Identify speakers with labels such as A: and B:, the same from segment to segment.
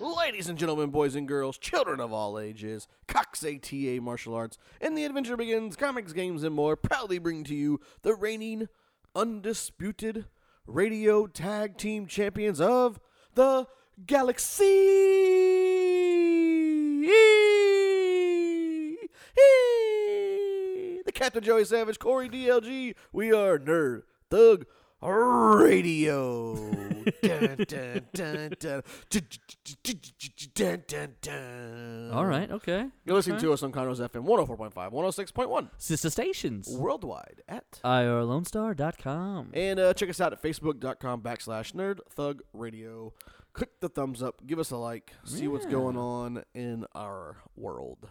A: Ladies and gentlemen, boys and girls, children of all ages, Cox ATA Martial Arts, and the adventure begins, comics, games, and more proudly bring to you the reigning, undisputed radio tag team champions of the galaxy. The Captain Joey Savage, Corey DLG, we are Nerd Thug Radio. Dun, dun, dun, dun. Dun, dun, dun.
B: All right. Okay.
A: You're listening
B: okay.
A: to us on Conroe's FM 104.5, 106.1,
B: Sister Stations.
A: worldwide at.
B: IRLoneStar.com.
A: And uh, check us out at facebook.com backslash nerd thug radio. Click the thumbs up, give us a like, see what's
B: Yeah.
A: going on in our world.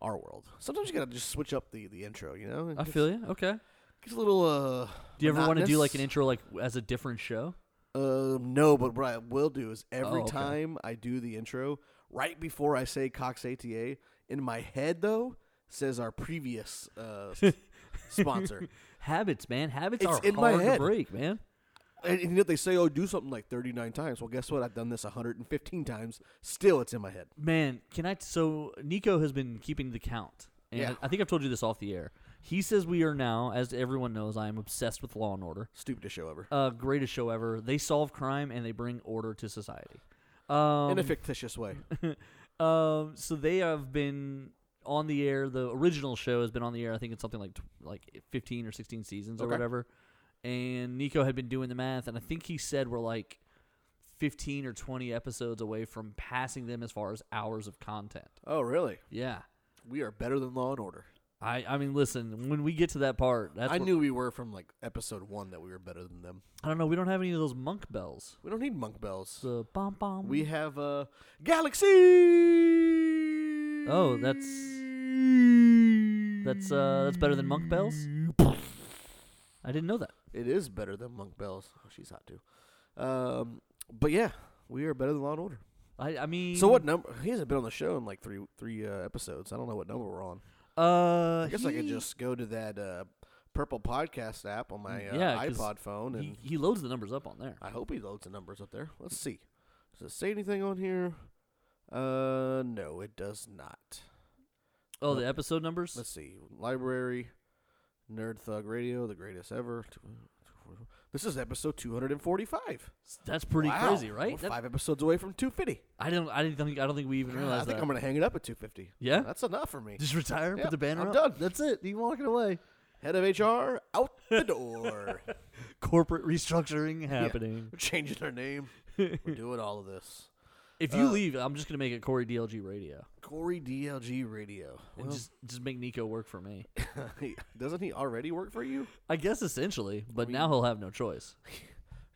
A: Our world. Sometimes you gotta just switch up the, the intro, you know? It
B: I
A: gets-
B: feel you. Okay.
A: Gets a little, uh.
B: Do you ever want to do like
A: monotonous.
B: an intro like as a different show?
A: Uh, no, but what I will do is every
B: Oh, okay.
A: time I do the intro, right before I say Cox ATA, in my head though says our previous uh, s- sponsor.
B: Habits, man. Habits
A: It's
B: are
A: in my
B: hard
A: head.
B: to break, man.
A: And, and yet they say, "Oh, do something like 39 times." Well, guess what? I've done this 115 times. Still, it's in my head.
B: Man, can I? So Nico has been keeping the count, and
A: Yeah.
B: I think I've told you this off the air. He says we are now, as everyone knows, I am obsessed with Law and Order.
A: Stupidest show ever.
B: Uh, greatest show ever. They solve crime and they bring order to society. Um,
A: in a fictitious way.
B: Um, so they have been on the air. The original show has been on the air. I think it's something like tw- like fifteen or sixteen seasons or
A: Okay.
B: whatever. And Nico had been doing the math, and I think he said we're like fifteen or twenty episodes away from passing them as far as hours of content.
A: oh, really?
B: Yeah,
A: We are better than Law and Order.
B: I I mean, listen, when we get to that part, that's
A: I
B: what-
A: knew we were from like episode one that we were better than them.
B: I don't know. We don't have any of those monk bells.
A: We don't need monk bells.
B: The bomb bomb.
A: We have uh, Galaxy.
B: oh, that's that's uh that's better than monk bells. I didn't know that.
A: It is better than Monk Bells. Oh, she's hot too. Um, but yeah, we are better than Law and Order.
B: I I mean,
A: So what number? He hasn't been on the show in like three three uh, episodes. I don't know what number we're on.
B: Uh,
A: I guess I could
B: he-
A: just go to that uh, purple podcast app on my uh,
B: Yeah, 'cause
A: iPod phone, and
B: He, he loads the numbers up on there.
A: I hope he loads the numbers up there. Let's see. Does it say anything on here? Uh, no, it does not.
B: Oh,
A: Let-
B: the episode numbers.
A: Let's see. Library, Nerd Thug Radio, the greatest ever. This is episode 245.
B: That's pretty
A: Wow.
B: crazy,
A: We're
B: right? That-
A: five episodes away from 250.
B: I don't. I didn't think. I don't think we even
A: God,
B: realized
A: I think
B: that.
A: I'm gonna hang it up at 250.
B: Yeah?
A: that's enough for me.
B: just retire.
A: Yeah,
B: put the banner
A: I'm
B: up.
A: done. That's it. You walking away. Head of HR out the door.
B: Corporate restructuring happening.
A: We're changing our name. We're doing all of this.
B: If you
A: Uh,
B: leave, I'm just gonna make it Corey DLG Radio
A: Corey DLG Radio.
B: and
A: Well,
B: just just make Nico work for me.
A: he- doesn't he already work for you?
B: I guess essentially, but now he'll have no choice.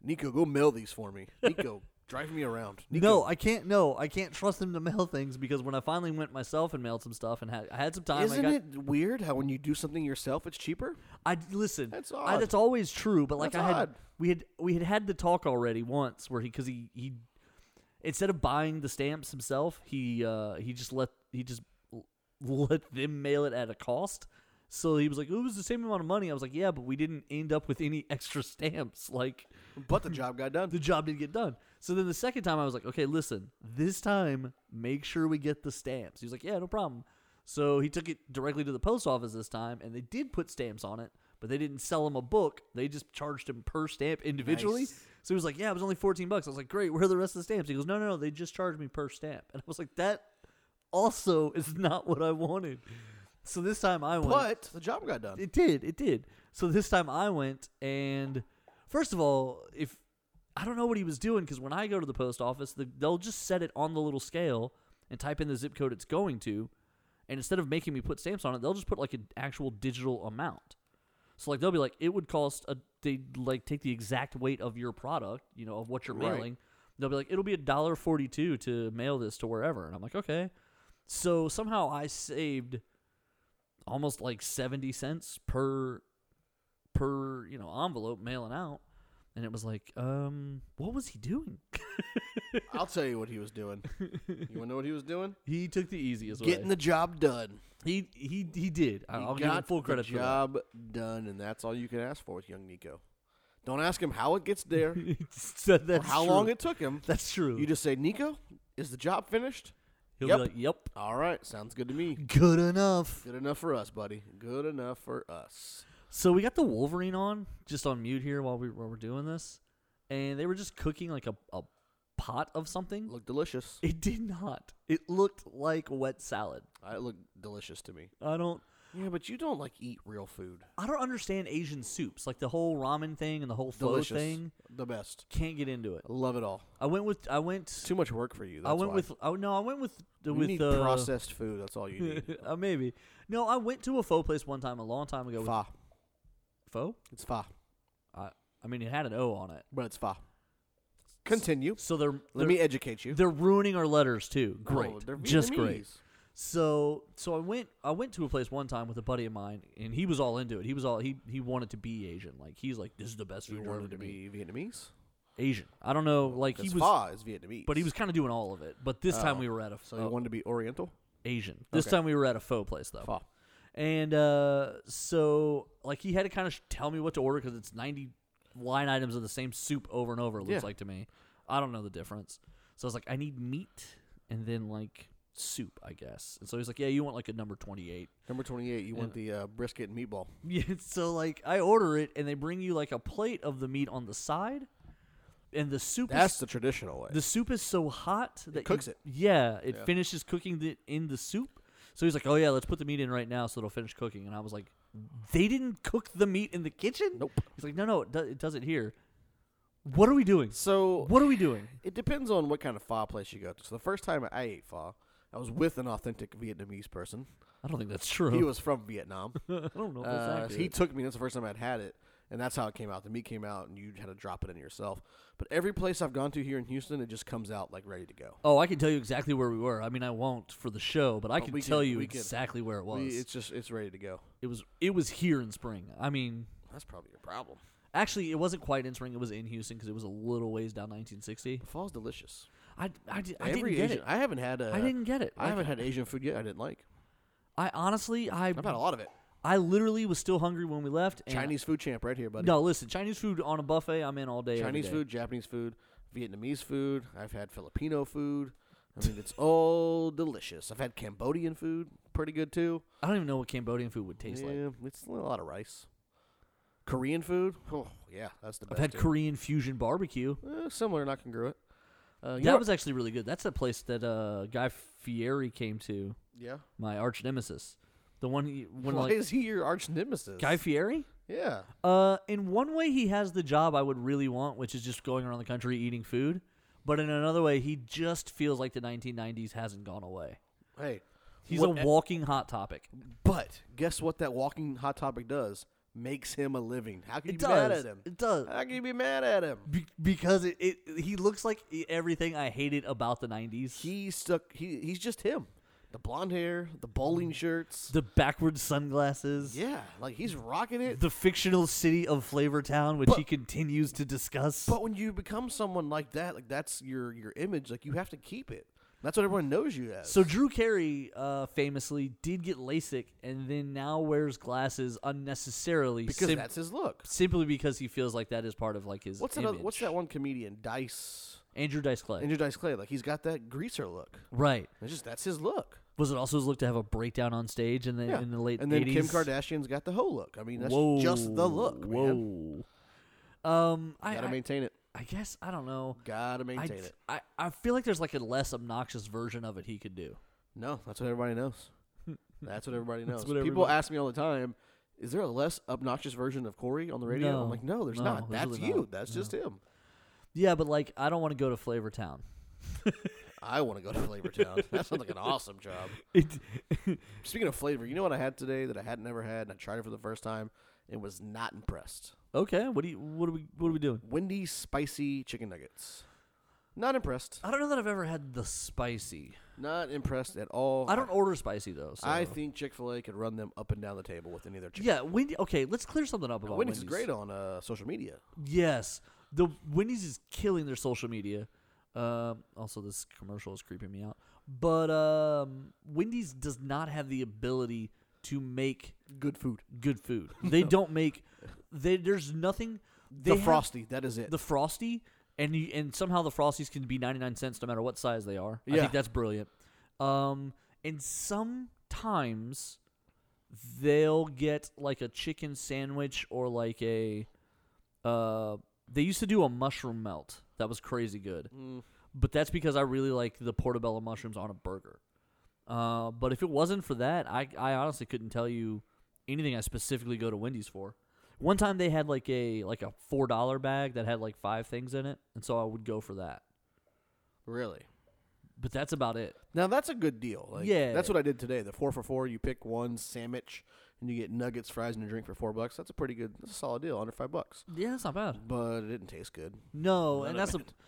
A: Nico, go mail these for me. Nico, drive me around. Nico,
B: No, I can't. No, I can't trust him to mail things because when I finally went myself and mailed some stuff and had, I had some time, I
A: Isn't
B: got
A: it weird how when you do something yourself, it's cheaper?
B: I listen.
A: That's
B: I,
A: odd.
B: that's always true. But like
A: That's
B: I had,
A: odd.
B: we had we had had the talk already once where he because he he instead of buying the stamps himself, he uh he just let he just l- let them mail it at a cost. So he was like, it was the same amount of money. I was like, yeah, but we didn't end up with any extra stamps. Like
A: But the job got done.
B: the job didn't get done. So then the second time I was like, okay, listen, this time make sure we get the stamps. He was like, yeah, no problem. So he took it directly to the post office this time, and they did put stamps on it, but they didn't sell him a book. They just charged him per stamp individually.
A: Nice.
B: So he was like, yeah, it was only 14 bucks. I was like, great, where are the rest of the stamps? He goes, no, no, no, they just charged me per stamp. And I was like, that also is not what I wanted. So this time I went.
A: But the job got done.
B: It did. It did. So this time I went, and first of all, if I don't know what he was doing, because when I go to the post office, the, they'll just set it on the little scale and type in the zip code it's going to, and instead of making me put stamps on it, they'll just put like an actual digital amount. So like they'll be like, it would cost a they like take the exact weight of your product, you know, of what you're
A: Right.
B: mailing. They'll be like, it'll be a dollar forty two to mail this to wherever, and I'm like, okay. So somehow I saved almost like 70 cents per per you know envelope mailing out and it was like um what was he doing
A: I'll tell you what he was doing. You want to know what he was doing?
B: he took the easiest
A: Getting the job done.
B: he he he did I-
A: He
B: i'll give him
A: got
B: full
A: the
B: credit for that
A: job done, and that's all you can ask for with young Nico. Don't ask him how it gets there
B: so
A: or
B: that's
A: how
B: true.
A: long it took him.
B: That's true.
A: You just say, Nico, is the job finished?
B: He'll
A: Yep.
B: be like, "Yep,
A: All right, sounds good to me.
B: good enough."
A: Good enough for us, buddy. Good enough for us.
B: So we got the Wolverine on just on mute here while we while we're doing this, and they were just cooking like a, a pot of something.
A: Looked delicious.
B: It did not. It looked like wet salad.
A: Uh, It looked delicious to me.
B: I don't.
A: Yeah, but you don't like eat real food.
B: I don't understand Asian soups, like the whole ramen thing and the whole pho
A: Delicious.
B: thing.
A: The best.
B: Can't get into it.
A: I love it all.
B: I went with I went
A: Too much work for you. That's
B: I went
A: why.
B: with oh no I went with
A: you
B: with
A: need
B: uh,
A: processed food. That's all you need.
B: uh, maybe no I went to a faux place one time a long time ago with
A: fa.
B: faux.
A: It's fa,
B: I I mean it had an O on it,
A: but it's fa. Continue.
B: so they're
A: Let
B: they're,
A: me educate you.
B: they're ruining our letters too.
A: No,
B: Great,
A: they're
B: just great.
A: Vietnamese.
B: So so I went I went to a place one time with a buddy of mine and he was all into it. He was all he he wanted to be Asian. Like he's like this is the best
A: You
B: food
A: want
B: ever
A: it to be Vietnamese?
B: Asian. I don't know like he
A: Because
B: was
A: pho is Vietnamese.
B: but he was kind of doing all of it. But this time we were at
A: Oh.
B: a uh,
A: So you wanted to be Oriental?
B: Asian. This
A: Okay.
B: time we were at a faux place though.
A: Pho.
B: And uh, so, like, he had to kind of sh- tell me what to order because it's 90 line items of the same soup over and over, it looks
A: Yeah.
B: like to me. I don't know the difference. So I was like, I need meat and then, like, soup, I guess. And so he's like, Yeah, you want, like, a number 28.
A: Number 28, you want the uh, brisket and meatball.
B: Yeah, so, like, I order it and they bring you, like, a plate of the meat on the side. And the soup
A: That's
B: is.
A: the traditional way.
B: The soup is so hot that you-
A: cooks it.
B: Yeah, it
A: Yeah.
B: finishes cooking the, in the soup. So he's like, "Oh yeah, let's put the meat in right now, so it'll finish cooking." And I was like, "They didn't cook the meat in the kitchen."
A: Nope.
B: He's like, "No, no, it, do- it does it here." What are we doing?
A: So
B: What are we doing?
A: it depends on what kind of pho place you go to. So the first time I ate pho, I was with an authentic Vietnamese person.
B: I don't think that's true.
A: He was from Vietnam.
B: I don't know. If that's
A: Uh, so
B: accurate.
A: he took me. That's the first time I'd had it, and that's how it came out. The meat came out, and you had to drop it in yourself. But every place I've gone to here in Houston, it just comes out like ready to go.
B: oh, I can tell you exactly where we were. I mean, I won't for the show, but I
A: But Oh,
B: can
A: we
B: tell
A: can-
B: you
A: we can-
B: exactly where it was.
A: We- it's just it's ready to go.
B: it was it was here in spring. I mean,
A: That's probably your problem.
B: actually, it wasn't quite in spring. It was in Houston because it was a little ways down 1960.
A: Fall's delicious.
B: I, I, di- I
A: Every
B: didn't get
A: Asian,
B: it.
A: I haven't had. I
B: I didn't get it.
A: Uh, I haven't had Asian food yet. I didn't like.
B: I honestly, I,
A: I've had a lot of it.
B: I literally was still hungry when we left. And
A: Chinese food champ right here, buddy.
B: No, listen, Chinese food on a buffet, I'm in all day. every
A: Chinese
B: day.
A: food, Japanese food, Vietnamese food. I've had Filipino food. I mean, it's all delicious. I've had Cambodian food, pretty good too.
B: I don't even know what Cambodian food would taste like.
A: yeah, it's a lot of rice. Korean food, oh yeah, that's the
B: I've
A: best.
B: had
A: too.
B: Korean fusion barbecue.
A: Eh, similar, not congruent. Uh, you know
B: That
A: what-
B: was actually really good. That's a place that uh, Guy Fieri came to,
A: yeah.
B: my arch nemesis. The one he, when
A: Why
B: like
A: is he your arch nemesis?
B: Guy Fieri.
A: yeah,
B: Uh, in one way, he has the job I would really want, which is just going around the country eating food. But in another way, he just feels like the 1990s hasn't gone away.
A: hey,
B: He's
A: what- e-
B: a walking hot topic.
A: but guess what? That walking hot topic does makes him a living. How can you
B: It
A: be mad
B: does.
A: at him?
B: It does.
A: How can you be mad at him?
B: Uh, Be- because it, it he looks like i- everything I hated about the 90s.
A: He stuck. He he's just him. The blonde hair, the bowling shirts.
B: the backwards sunglasses.
A: Yeah, like he's rocking it.
B: The fictional city of Flavortown, which
A: But-
B: he continues to discuss.
A: But when you become someone like that, like that's your your image. Like you have to keep it. That's what everyone knows you as.
B: so Drew Carey uh, famously did get LASIK and then now wears glasses unnecessarily
A: because
B: sim-
A: that's his look.
B: simply because he feels like that is part of like his
A: What's that?
B: image.
A: Other, what's that one comedian? Dice.
B: Andrew Dice Clay.
A: Andrew Dice Clay. Like he's got that greaser look.
B: right.
A: It's just that's his look.
B: Was it also his look to have a breakdown on stage and then
A: Yeah.
B: in the late
A: and then
B: 80s?
A: Kim Kardashian's got the whole look. I mean, that's just the look,
B: Whoa.
A: man.
B: Um, I,
A: Gotta
B: I-
A: maintain it.
B: I guess I don't know.
A: Gotta
B: I,
A: maintain it.
B: I, I feel like there's like a less obnoxious version of it he could do.
A: No, that's what everybody knows. That's what everybody knows.
B: what
A: People
B: everybody-
A: ask me all the time, "Is there a less obnoxious version of Corey on the radio?"
B: No.
A: I'm like, "No, there's
B: No,
A: not.
B: there's
A: That's
B: really
A: you.
B: not.
A: That's just him."
B: Yeah, but like I don't want to go to Flavor Town.
A: I want to go to Flavortown. that sounds like an awesome job. Speaking of flavor, you know what I had today that I hadn't ever had, and I tried it for the first time, and was not impressed.
B: okay, what do you what are we what are we doing?
A: Wendy's spicy chicken nuggets. Not impressed.
B: I don't know that I've ever had the spicy.
A: Not impressed at all.
B: I don't order spicy though. So.
A: I think Chick Fil A could run them up and down the table with any of their chicken.
B: yeah, Wendy. Okay, let's clear something up about
A: Wendy's
B: Wendy's.
A: is great on uh, social media.
B: Yes, the Wendy's is killing their social media. Um, also, this commercial is creeping me out. But um, Wendy's does not have the ability to make
A: Good food.
B: good food. They don't make. They, there's nothing. They
A: the
B: have
A: frosty. That is it.
B: the frosty, and you, and somehow the frosties can be ninety nine cents no matter what size they are. I
A: Yeah.
B: think that's brilliant. Um, and sometimes they'll get like a chicken sandwich or like a. Uh, they used to do a mushroom melt that was crazy good, but that's because I really like the portobello mushrooms on a burger. Uh, but if it wasn't for that, I I honestly couldn't tell you anything I specifically go to Wendy's for. One time they had like a like a four dollar bag that had like five things in it, and so I would go for that.
A: really.
B: But that's about it.
A: Now that's a good deal. Like,
B: Yeah.
A: that's what I did today. The four for four. You pick one sandwich, and you get nuggets, fries, and a drink for four bucks. That's a pretty good, that's a solid deal, under five bucks.
B: Yeah, that's not bad.
A: But it didn't taste good. None
B: No, Oh, and
A: of
B: that's a,
A: it.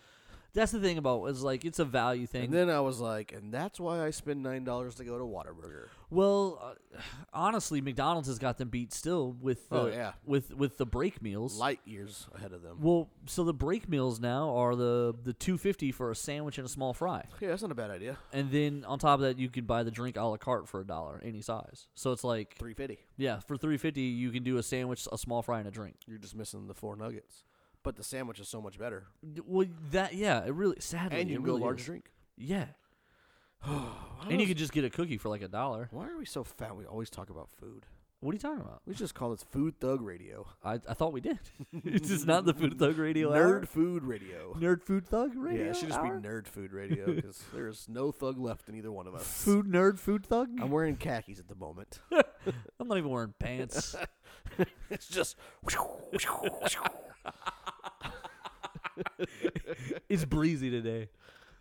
B: that's the thing about is like it's a value thing.
A: And then I was like, and that's why I spend nine dollars to go to Waterburger.
B: well, uh, honestly, McDonald's has got them beat still with the,
A: Oh, yeah.
B: with with the break meals.
A: Light years ahead of them.
B: well, so the break meals now are the the two fifty for a sandwich and a small fry.
A: Yeah, that's not a bad idea.
B: And then on top of that, you can buy the drink a la carte for a dollar, any size. So it's like,
A: Three fifty.
B: yeah, for three fifty, you can do a sandwich, a small fry, and a drink.
A: You're just missing the four nuggets, but the sandwich is so much better,
B: D- Well, that yeah, it really sadly,
A: and you
B: it
A: can go
B: really
A: large
B: is.
A: drink.
B: Yeah,
A: Why
B: and you
A: was-
B: could just get a cookie for like a dollar.
A: Why are we so fat? We always talk about food.
B: What are you talking about?
A: We should just call this Food Thug Radio.
B: I, I thought we did. it's just not the Food Thug Radio
A: Nerd Food Radio.
B: hour. Nerd Food Thug Radio.
A: yeah, it should just
B: hour?
A: be Nerd Food Radio because there's no thug left in either one of us.
B: Food Nerd Food Thug.
A: I'm wearing khakis at the moment.
B: I'm not even wearing pants.
A: it's just.
B: it's breezy today.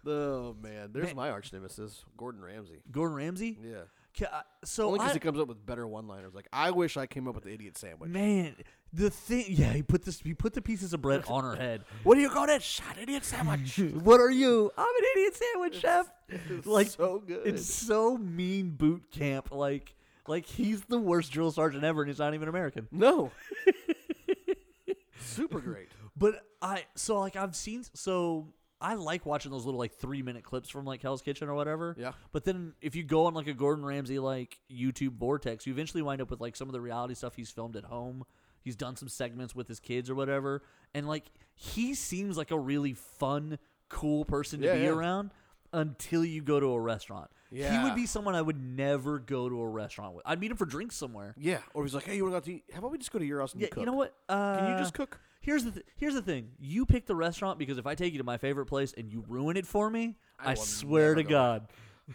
A: oh man, there's
B: Man.
A: my arch nemesis, Gordon Ramsay.
B: Gordon Ramsay.
A: Yeah,
B: Ca- I- So
A: only
B: I,
A: because he comes up with better one-liners. Like I wish I came up with the idiot sandwich.
B: Man, the thing. Yeah, he put this. He put the pieces of bread on her head.
A: What do you call that? Shot idiot sandwich.
B: what are you? I'm an idiot sandwich chef.
A: It's
B: Like
A: so good.
B: it's so mean boot camp. Like like he's the worst drill sergeant ever, and he's not even American.
A: no. Super great.
B: But I so like I've seen so I like watching those little like three minute clips from like Hell's Kitchen or whatever.
A: Yeah.
B: But then if you go on like a Gordon Ramsay like YouTube vortex, you eventually wind up with like some of the reality stuff he's filmed at home. He's done some segments with his kids or whatever, and like he seems like a really fun, cool person to
A: Yeah,
B: be
A: yeah.
B: around until you go to a restaurant. He would
A: Yeah.
B: be someone I would never go to a restaurant with. I'd meet him for drinks somewhere.
A: Yeah. Or he's like, hey, you want to go out to eat? How about we just go to your house and
B: Yeah,
A: cook?
B: you know what? Uh,
A: Can you just cook?
B: Here's the th- here's the thing. You pick the restaurant because if I take you to my favorite place and you ruin it for me, I,
A: I will
B: swear
A: never
B: to
A: go
B: God,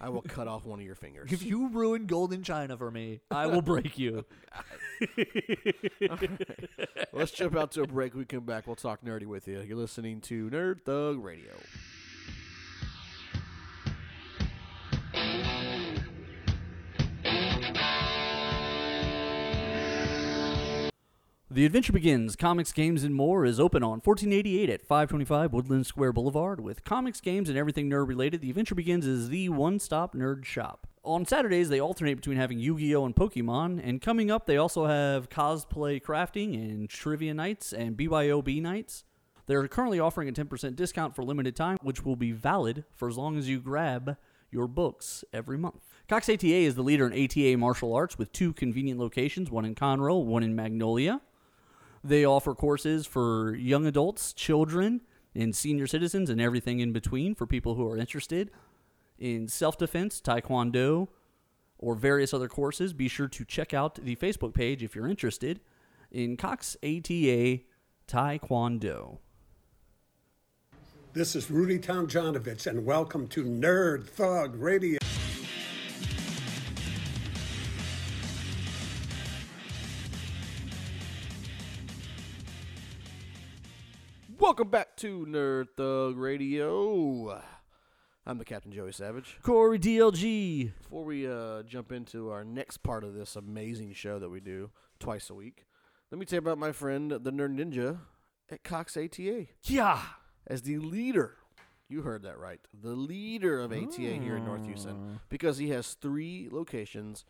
A: I will cut off one of your fingers.
B: if you ruin Golden China for me, I will break you.
A: Let's jump out to a break. We come back. We'll talk nerdy with you. You're listening to Nerd Thug Radio.
B: The Adventure Begins Comics, Games, and More is open on 1488 at 525 Woodland Square Boulevard. With comics, games, and everything nerd related, The Adventure Begins is the one stop nerd shop. On Saturdays, they alternate between having Yu Gi Oh! and Pokemon, and coming up, they also have cosplay crafting and trivia nights and BYOB nights. They're currently offering a 10% discount for limited time, which will be valid for as long as you grab your books every month. Cox ATA is the leader in ATA martial arts with two convenient locations, one in Conroe, one in Magnolia. They offer courses for young adults, children, and senior citizens, and everything in between for people who are interested in self defense, taekwondo, or various other courses. Be sure to check out the Facebook page if you're interested in Cox ATA Taekwondo.
C: This is Rudy Tomjanovich, and welcome to Nerd Thug Radio.
A: Welcome back to Nerd Thug Radio. I'm the Captain Joey Savage.
B: Corey DLG.
A: Before we uh, jump into our next part of this amazing show that we do twice a week, let me tell you about my friend, the Nerd Ninja at Cox ATA.
B: Yeah.
A: as the leader. You heard that right. The leader of ATA here in North Houston because he has three locations,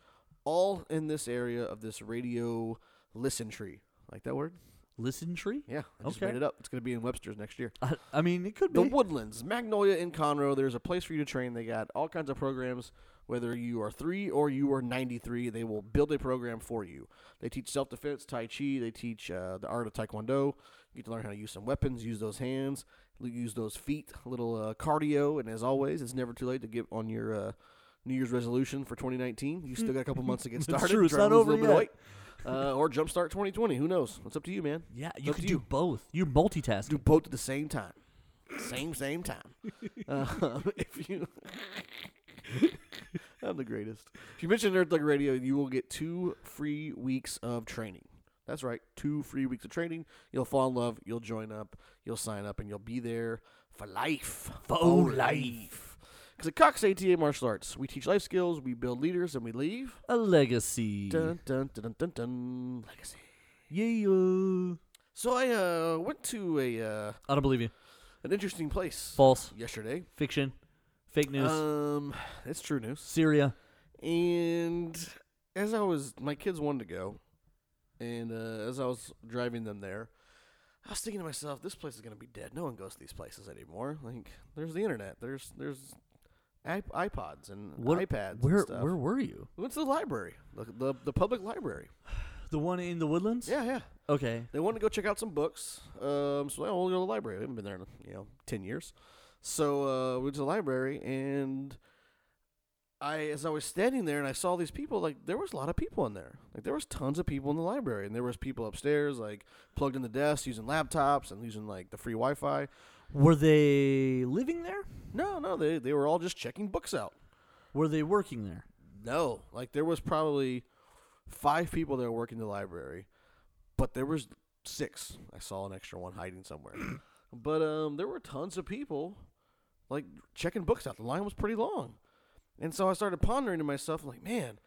A: all in this area of this radio listen tree. Like that word?
B: Listen tree?
A: Yeah, I just
B: Okay.
A: made it up. It's going to be in Webster's next year.
B: I, I mean, it could
A: The
B: be.
A: Woodlands, Magnolia, and Conroe. There's a place for you to train. They got all kinds of programs. Whether you are three or you are 93, they will build a program for you. They teach self defense, Tai Chi, they teach uh, the art of Taekwondo. You get to learn how to use some weapons, use those hands, l- use those feet, a little uh, cardio. And as always, it's never too late to get on your uh, New Year's resolution for 2019. You still got a couple months to get started.
B: true, it's
A: Try to
B: not
A: lose a
B: over
A: little bit of
B: yet.
A: weight. Uh, or jumpstart 2020. Who knows? It's up to you, man.
B: Yeah, you
A: up
B: can
A: to
B: do
A: you.
B: both. You're multitasking.
A: do both at the same time. Same, same time. uh, if you, I'm the greatest. If you mention Nerd Thug Radio, you will get two free weeks of training. That's right, two free weeks of training. You'll fall in love. You'll join up. You'll sign up, and you'll be there for life. For life. Because at Cox ATA Martial Arts, we teach life skills, we build leaders, and we leave.
B: A legacy.
A: Dun dun dun dun dun dun. Legacy.
B: Yeah.
A: So I uh, went to a uh,
B: I don't believe you.
A: an interesting place
B: False.
A: yesterday.
B: Fiction. Fake news.
A: Um, it's true news.
B: Syria.
A: And as I was, my kids wanted to go, and uh, as I was driving them there, I was thinking to myself, this place is gonna be dead. No one goes to these places anymore. Like, there's the internet. There's there's iP- iPods and
B: What,
A: iPads.
B: Where
A: and stuff.
B: Where were you?
A: we went to the library, the, the the public library.
B: The one in the woodlands.
A: Yeah, yeah.
B: Okay.
A: They wanted to go check out some books. Um, so I want to go to the library. I haven't been there in you know ten years. So uh, we went to the library, and I, as I was standing there, and I saw these people. Like there was a lot of people in there. Like there was tons of people in the library, and there was people upstairs, like plugged in the desks, using laptops and using like the free Wi-Fi.
B: Were they living there?
A: No, no, they they were all just checking books out.
B: Were they working there?
A: No, like there was probably five people that were working the library, but there was six. I saw an extra one hiding somewhere. but um, there were tons of people like checking books out. The line was pretty long, and so I started pondering to myself, like, man,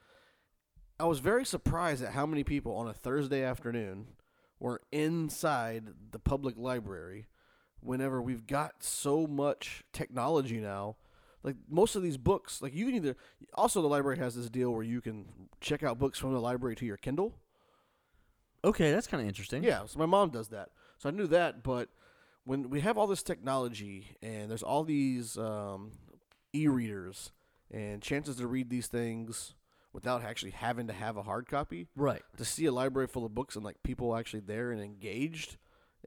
A: I was very surprised at how many people on a Thursday afternoon were inside the public library. Whenever we've got so much technology now, like most of these books, like you can either also the library has this deal where you can check out books from the library to your Kindle.
B: Okay, that's kind of interesting.
A: Yeah, so my mom does that. So I knew that, but when we have all this technology and there's all these um, e-readers and chances to read these things without actually having to have a hard copy,
B: Right.
A: to see a library full of books and like people actually there and engaged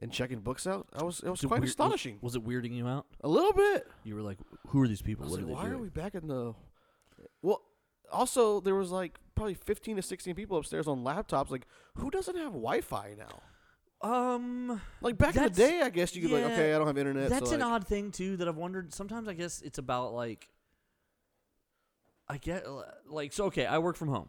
A: and checking books out, I was it was
B: Did
A: quite
B: weir-
A: astonishing.
B: Was, was it weirding you out?
A: a little bit.
B: You were like, "Who are these people?
A: I was like,
B: What are they
A: why
B: doing?"
A: are we back in the? Well, also there was like probably fifteen to sixteen people upstairs on laptops. Like, who doesn't have Wi-Fi now?
B: Um,
A: Like back in the
B: That's-
A: day, I guess you could be like,
B: yeah,
A: okay, I don't have internet.
B: that's
A: so
B: an
A: like,
B: odd thing too that I've wondered. Sometimes I guess it's about like, I get uh, like so. Okay, I work from home,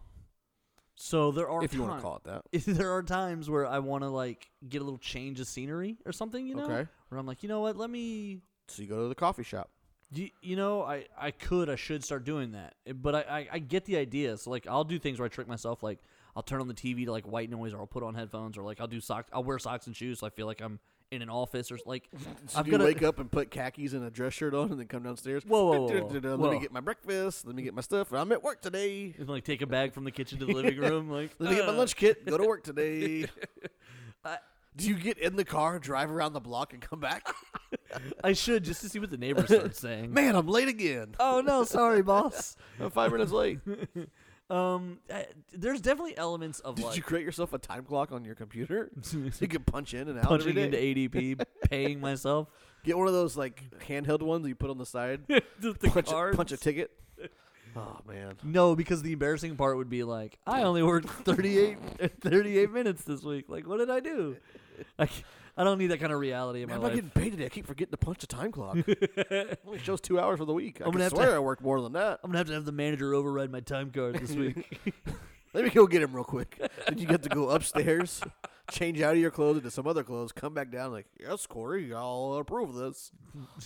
B: so there are
A: if you want
B: time-
A: to call it that.
B: there are times where I want to like get a little change of scenery or something, you know,
A: Okay.
B: where I'm like, you know what, let me.
A: So you go to the coffee shop.
B: You, you know, I, I could, I should start doing that. Eh, But I, I, I get the idea. So, like, I'll do things where I trick myself. Like, I'll turn on the TV to, like, white noise, or I'll put on headphones, or, like, I'll do socks. I'll wear socks and shoes so I feel like I'm in an office or, s- like,
A: So
B: I've
A: you
B: got to.
A: wake up and put khakis and a dress shirt on, and then come downstairs.
B: Whoa, whoa, whoa, whoa.
A: Let me
B: Whoa.
A: get my breakfast. Let me get my stuff. I'm at work today.
B: And, like take a bag from the kitchen to the living room. Like
A: Let me get my
B: "Uh."
A: lunch kit. Go to work today.
B: I-
A: Do you get in the car, drive around the block, and come back?
B: "Uh, I should just to see what the neighbors are saying.
A: Man, I'm late again.
B: Oh no, sorry, boss.
A: I'm five minutes late.
B: Um, I- there's definitely elements of
A: Did
B: like
A: you create yourself a time clock on your computer so you can punch in and out every
B: punching
A: day?
B: into ADP, paying myself
A: Get one of those like handheld ones you put on the side.
B: the, the
A: punch, a,
B: cards.
A: punch a ticket. Oh man,
B: No, because the embarrassing part would be like, I only worked 38, 38 minutes this week. Like, what did I do? I, c- I don't need that kind of reality in
A: man, I'm
B: my
A: not
B: life.
A: getting paid today. I keep forgetting to punch a time clock. It only shows two hours for the week. I
B: I'm gonna
A: can
B: have to-
A: swear I worked more than that.
B: I'm gonna have to have the manager override my time card this week.
A: Let me go get him real quick. then you get to go upstairs, change out of your clothes into some other clothes, come back down like, yes, Corey, I'll approve this.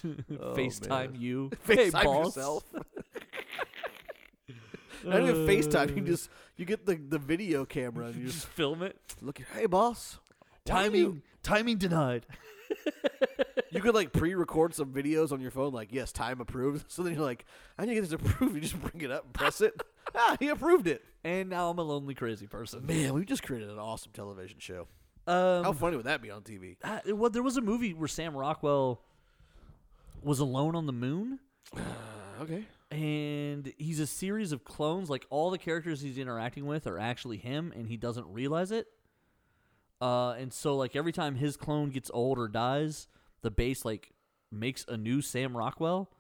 A: Oh,
B: FaceTime
A: man.
B: you. hey,
A: FaceTime
B: boss.
A: yourself. Not even FaceTime. You just you get the, the video camera and you just
B: Just film it.
A: look at hey boss. why don't
B: Timing,
A: you-
B: timing denied.
A: You could like pre-record some videos on your phone, like yes, time approved. So then you're like, I need to get this approved. You just bring it up, and press it. ah, he approved it.
B: And now I'm a lonely, crazy person.
A: Man, we just created an awesome television show.
B: Um,
A: How funny would that be on TV?
B: I- well, there was a movie where Sam Rockwell was alone on the moon.
A: okay,
B: and he's a series of clones. Like all the characters he's interacting with are actually him, and he doesn't realize it. Uh, and so like every time his clone gets old or dies, the base like makes a new Sam Rockwell,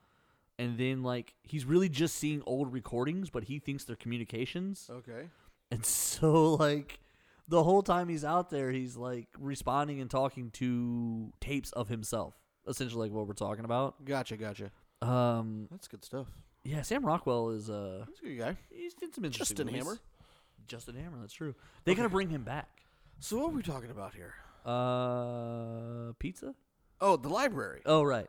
B: and then like he's really just seeing old recordings, but he thinks they're communications.
A: Okay.
B: And so like the whole time he's out there, he's like responding and talking to tapes of himself, essentially like what we're talking about.
A: Gotcha, gotcha.
B: Um,
A: That's good stuff.
B: yeah, Sam Rockwell is uh
A: That's a good guy.
B: he's did some interesting
A: Justin
B: movies.
A: Hammer.
B: Justin Hammer, that's true. They gotta bring him back.
A: So what are we talking about here?
B: Uh, pizza?
A: Oh, the library.
B: Oh right.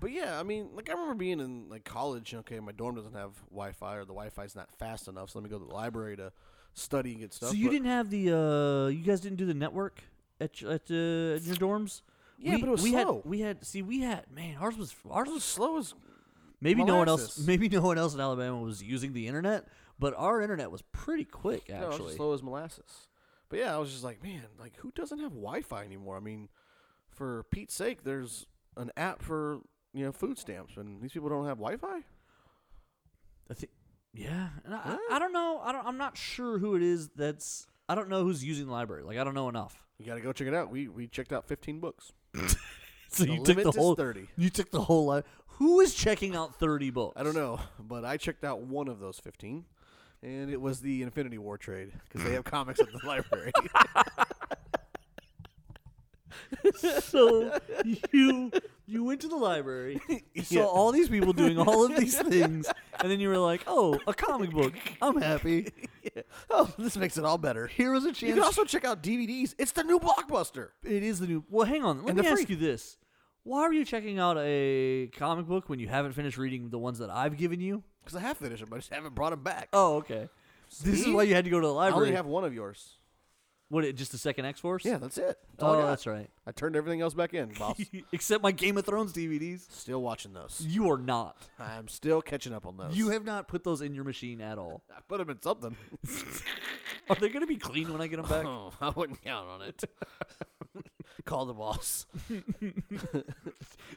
A: But yeah, I mean, like I remember being in like college. Okay, my dorm doesn't have Wi-Fi, or the Wi-Fi's not fast enough. So let me go to the library to study and get stuff.
B: so you
A: but-
B: didn't have the uh you guys didn't do the network at your- at, uh, at your dorms?
A: Yeah,
B: we,
A: but it was
B: we
A: slow.
B: Had, we had see we had man ours was ours
A: Ours was
B: was
A: slow as
B: maybe no one else
A: molasses.
B: maybe no one else in Alabama was using the internet, but our internet was pretty quick
A: no, ours was
B: actually.
A: slow as molasses. But yeah, I was just like, man, like who doesn't have Wi-Fi anymore? I mean, for Pete's sake, there's an app for you know food stamps, and these people don't have Wi-Fi.
B: I think, yeah. And I, I, I don't know. I don't. I'm not sure who it is. That's I don't know who's using the library. Like I don't know enough.
A: You got to go check it out. We we checked out 15 books.
B: So
A: The
B: you took
A: limit
B: the
A: is
B: whole
A: 30.
B: You took the whole li- Who is checking out thirty books?
A: I don't know, but I checked out one of those 15, and it was the Infinity War trade because they have comics at the library.
B: So you you went to the library, you saw all these people doing all of these things, and then you were like, "Oh, a comic book! I'm happy."
A: oh, this makes it all better.
B: Here was a
A: You
B: chance.
A: can also check out DVDs. It's the new blockbuster.
B: it is the new. Well, hang on. Let
A: And
B: me
A: they're
B: ask
A: free.
B: you this: Why are you checking out a comic book when you haven't finished reading the ones that I've given you?
A: Because I have finished them, I just haven't brought them back.
B: Oh, okay. This is
A: See?
B: why you had to go to the
A: I
B: library.
A: only have one of yours.
B: What? it- Just the second X Force?
A: Yeah, that's it. That's all I
B: Oh,
A: got.
B: that's right.
A: I turned everything else back in, boss.
B: Except my Game of Thrones DVDs.
A: still watching those.
B: You are not.
A: I'm still catching up on those.
B: You have not put those in your machine at all.
A: I put them in something.
B: Are they going to be clean when I get them back?
A: Oh, I wouldn't count on it. Call the boss.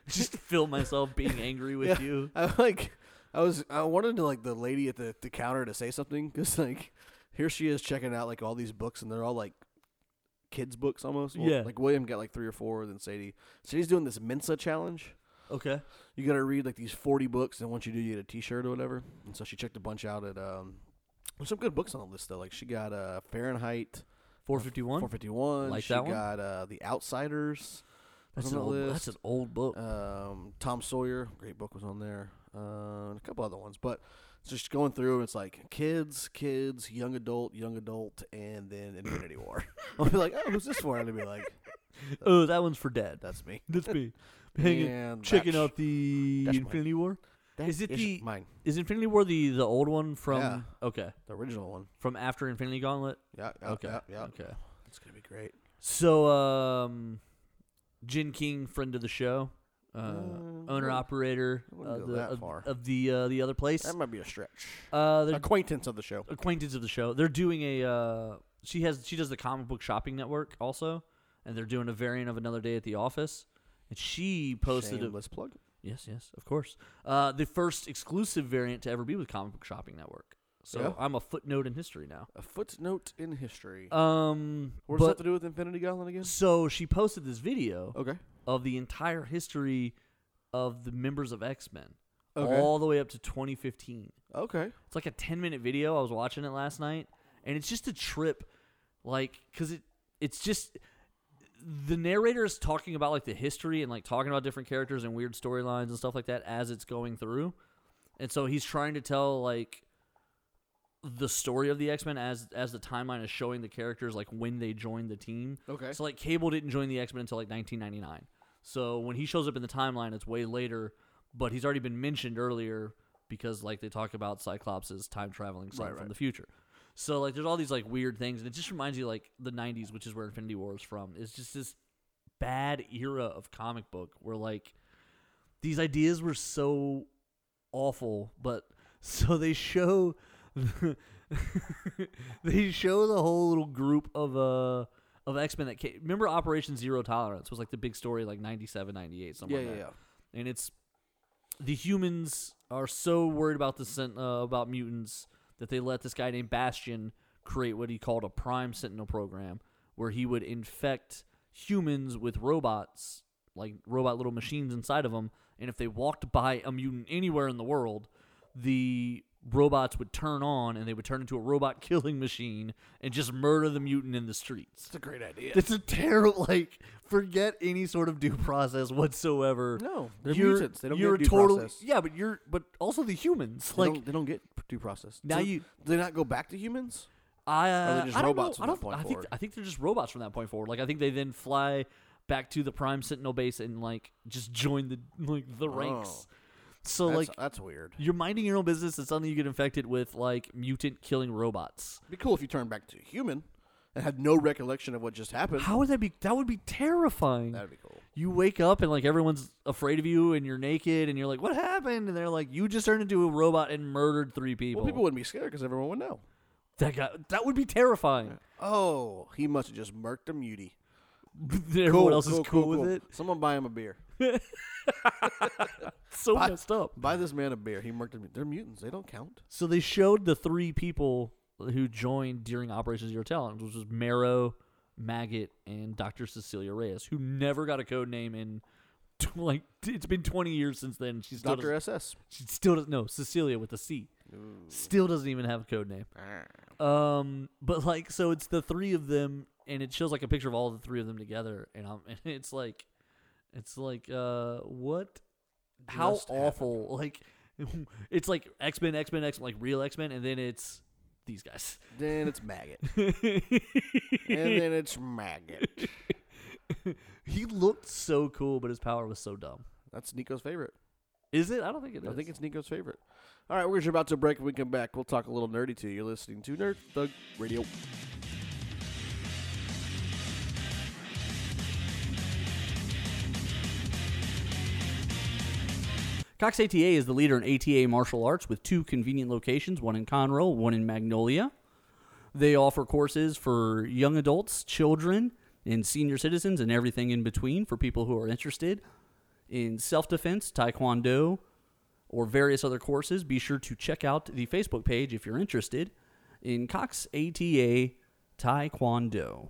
B: Just feel myself being angry with you.
A: I like. I was. I wanted to like the lady at the, the counter to say something because like here she is checking out like all these books and they're all like kids books almost.
B: Yeah.
A: Like William got like three or four. Then Sadie. Sadie's doing this Mensa challenge.
B: Okay.
A: You got to read like these forty books, and once you do, you get a T-shirt or whatever. And so she checked a bunch out at. um There's some good books on the list though. Like she got uh Fahrenheit
B: 451.
A: 451.
B: Like
A: she
B: that one?
A: got uh The Outsiders.
B: That's
A: on
B: an
A: the
B: old.
A: list.
B: That's an old book.
A: Um, Tom Sawyer, great book was on there, uh, and a couple other ones. But it's just going through, and it's like kids, kids, young adult, young adult, and then Infinity War. I'll be like, oh, who's this for? And I'll be like,
B: oh, that one's for Dad.
A: that's me.
B: That's me. Hanging,
A: And
B: checking
A: that's-
B: out the
A: that's mine.
B: Infinity War.
A: That
B: Is it the-
A: mine?
B: Is Infinity War the the old one from?
A: Yeah.
B: Okay,
A: The original one.
B: from after Infinity Gauntlet.
A: Yeah. yeah,
B: Okay.
A: Yeah. yeah.
B: Okay.
A: It's gonna be great.
B: So, um, Jin King, friend of the show, uh,
A: Mm,
B: owner
A: I
B: operator
A: wouldn't go
B: of the,
A: that
B: of,
A: far.
B: of the uh, the other place.
A: That might be a stretch.
B: Uh, they're
A: Acquaintance of the show.
B: acquaintance of the show. They're doing a. Uh, she has she does the comic book shopping network also, and they're doing a variant of another day at the office. And she posted a,
A: Shameless plug.
B: yes, yes, of course, uh, the first exclusive variant to ever be with comic book shopping network. So
A: Yeah.
B: I'm a footnote in history now.
A: A footnote in history.
B: Um,
A: what does that have
B: but,
A: to do with Infinity Gauntlet again?
B: so she posted this video
A: Okay.
B: of the entire history of the members of X Men,
A: Okay.
B: all the way up to 2015.
A: Okay.
B: It's like a 10 minute video. I was watching it last night, and it's just a trip, like because it it's just the narrator is talking about like the history and like talking about different characters and weird storylines and stuff like that as it's going through, and so he's trying to tell like the story of the X-Men as as the timeline is showing the characters like when they joined the team.
A: Okay.
B: So like Cable didn't join the X Men until like 1999. So when he shows up in the timeline, it's way later, but he's already been mentioned earlier because like they talk about Cyclops' time traveling son
A: Right,
B: from
A: right.
B: the future. So like there's all these like weird things, and it just reminds you like the 90s, which is where Infinity War is from. It's just this bad era of comic book where like these ideas were so awful, but so they show they show the whole little group of uh of X-Men that came. remember Operation Zero Tolerance was like the big story like 97 98 something
A: Yeah.
B: like
A: Yeah.
B: that.
A: Yeah.
B: And it's the humans are so worried about the sent- uh, about mutants that they let this guy named Bastion create what he called a Prime Sentinel program, where he would infect humans with robots, like robot little machines inside of them, and if they walked by a mutant anywhere in the world, the robots would turn on and they would turn into a robot killing machine and just murder the mutant in the streets.
A: It's a great idea.
B: It's a terrible. Like, forget any sort of due process whatsoever.
A: No, they're
B: You're-
A: mutants. They don't
B: you're
A: get due
B: totally,
A: process.
B: Yeah, but you're, but also the humans.
A: They
B: like,
A: don't, they don't get due process.
B: Now
A: So
B: you-
A: do they not go back to humans?
B: I, uh,
A: they just
B: I don't
A: robots from
B: know. I
A: that
B: don't-
A: point
B: I think,
A: forward?
B: I think they're just robots from that point forward. Like, I think they then fly back to the Prime Sentinel base and like just join the like the ranks. So
A: Oh. That's,
B: like,
A: that's weird.
B: you're minding your own business, and suddenly you get infected with like mutant killing robots.
A: It'd be cool if you turned back to human and had no recollection of what just happened.
B: How would that be? That would be terrifying.
A: That'd be cool.
B: you wake up and like everyone's afraid of you and you're naked and you're like what happened and they're like you just turned into a robot and murdered three people,
A: Well, people wouldn't be scared because everyone would know.
B: that guy that would be terrifying
A: Oh, he must have just murked a mutie.
B: everyone else is cool, with it
A: Someone buy him a beer.
B: so
A: Buy-
B: messed up
A: Buy this man a beer. He murked a mutie. They're mutants. They don't count.
B: so they showed the three people who joined during operation zero talent which was marrow maggot and dr cecilia reyes who never got a code name in tw- like it's been 20 years since then she's still
A: Doctor
B: doesn't-
A: SS.
B: She still doesn't know Cecilia with a C. Still doesn't even have a code name.
A: Ah.
B: Um, but like, so it's the three of them, and it shows like a picture of all the three of them together, and I'm, and it's like, it's like, uh, what? How
A: Just happened.
B: awful! Like, it's like X Men, X Men, X like real X Men, and then it's these guys.
A: Then it's maggot. and then it's maggot.
B: He looked so cool, but his power was so dumb.
A: That's Nico's favorite.
B: Is it? I don't think it is.
A: I think it's Nico's favorite. All right, we're just about to break. When we come back, we'll talk a little nerdy to you. You're listening to Nerd Thug Radio.
D: Cox ATA is the leader in ATA martial arts with two convenient locations, one in Conroe, one in Magnolia. They offer courses for young adults, children, and senior citizens, and everything in between for people who are interested in self defense, taekwondo, or various other courses. Be sure to check out the Facebook page if you're interested in Cox ATA Taekwondo.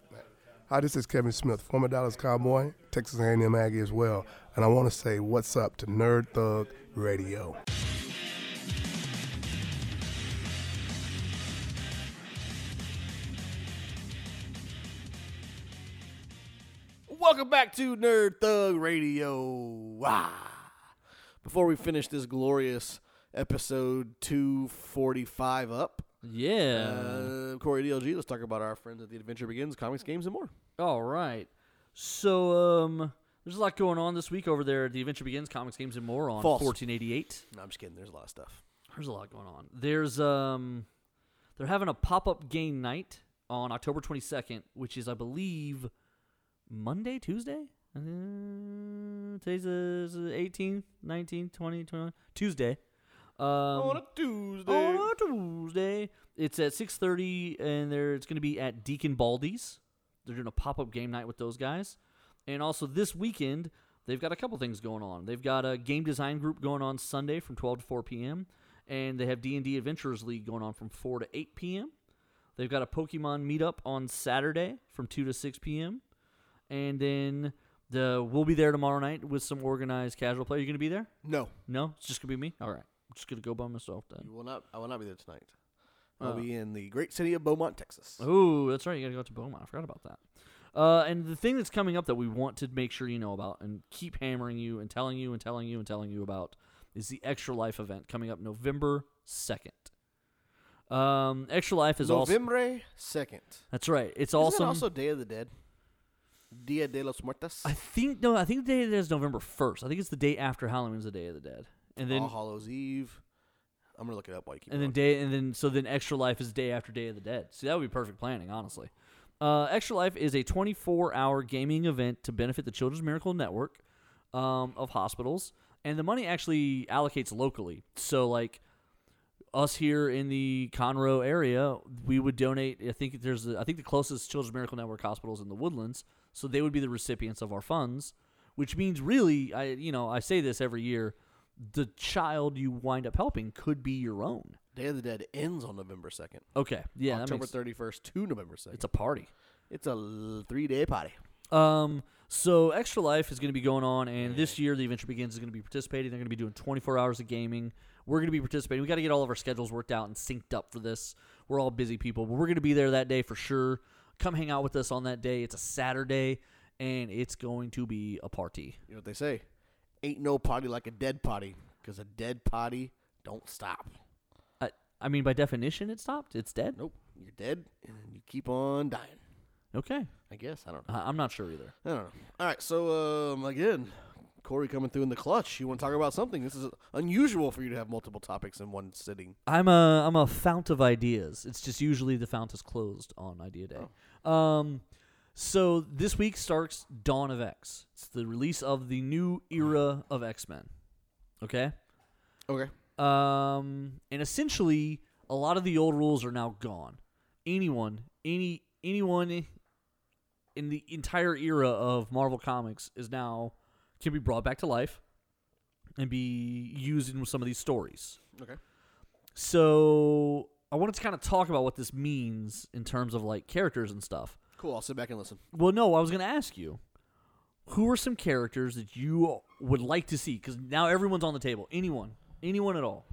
E: Hi, this is Kevin Smith, former Dallas Cowboy, Texas A&M Aggie as well, and I want to say what's up to Nerd Thug Radio.
A: Welcome back to Nerd Thug Radio. Ah. Before we finish this glorious episode 245 up,
B: yeah.
A: uh, Corey DLG, let's talk about our friends at The Adventure Begins, Comics, Games, and More.
B: All right. So um, there's a lot going on this week over there at the Adventure Begins Comics, Games, and More on
A: False.
B: 1488.
A: No, I'm just kidding. There's a lot of stuff.
B: There's a lot going on. There's um, they're having a pop up game night on October 22nd, which is I believe Monday, Tuesday. Uh, today's the 18th, 19th, 20, 21, Tuesday. Um,
A: On Oh, a Tuesday.
B: on a Oh, Tuesday. It's at six thirty, and there it's going to be at Deacon Baldy's. They're doing a pop up game night with those guys, and also this weekend they've got a couple things going on. They've got a game design group going on Sunday from twelve to four p.m., and they have D and D Adventurers League going on from four to eight p.m. They've got a Pokemon meetup on Saturday from two to six p.m., and then the we'll be there tomorrow night with some organized casual play. You going to be there?
A: No,
B: No, it's just going to be me. All right, I'm just going to go by myself then.
A: you will not. I will not be there tonight. I'll be in the great city of Beaumont, Texas.
B: Oh, that's right. You got to go to Beaumont. I forgot about that. Uh, and the thing that's coming up that we want to make sure you know about and keep hammering you and telling you and telling you and telling you about is the Extra Life event coming up November 2nd. Um, Extra Life is also.
A: November second.
B: That's right. It's
A: Isn't
B: also.
A: it also Day of the Dead? Dia de los Muertos.
B: I think, no, I think the day of the dead is November 1st. I think it's the day after Halloween's the Day of the Dead. And then
A: All Hallows Eve. I'm gonna look it up while you keep.
B: And then
A: going.
B: day, and then so then extra life is day after Day of the Dead. See, that would be perfect planning, honestly. Uh, extra life is a 24-hour gaming event to benefit the Children's Miracle Network um, of hospitals, and the money actually allocates locally. So like us here in the Conroe area, we would donate. I think there's, a, I think the closest Children's Miracle Network hospitals in the Woodlands, so they would be the recipients of our funds, which means really, I you know, I say this every year, the child you wind up helping could be your own.
A: Day of the Dead ends on November second.
B: Okay, yeah, that
A: October
B: makes-
A: thirty first to November second.
B: It's a party.
A: It's a three day party.
B: Um, so Extra Life is going to be going on, and this year the Adventure Begins is going to be participating. They're going to be doing 24 hours of gaming. We're going to be participating. We got to get all of our schedules worked out and synced up for this. We're all busy people, but we're going to be there that day for sure. Come hang out with us on that day. It's a Saturday, and it's going to be a party.
A: You know what they say? Ain't no party like a dead party, because a dead party don't stop.
B: I, I mean, by definition, it stopped. It's dead.
A: Nope, you're dead, and then you keep on dying.
B: Okay,
A: I guess I don't know.
B: I, I'm not sure either.
A: I don't know. All right, so um, again, Corey coming through in the clutch. You want to talk about something? This is unusual for you to have multiple topics in one sitting.
B: I'm a I'm a fount of ideas. It's just usually the fount is closed on idea day. Um, so this week starts Dawn of X. It's the release of the new era of X Men. Okay.
A: Okay.
B: Um, and essentially, a lot of the old rules are now gone. Anyone, any anyone in the entire era of Marvel Comics is now can be brought back to life and be used in some of these stories.
A: Okay.
B: So I wanted to kind of talk about what this means in terms of like characters and stuff.
A: Cool. I'll sit back and listen.
B: Well, no, I was going to ask you who are some characters that you would like to see? Because now everyone's on the table. Anyone, anyone at all.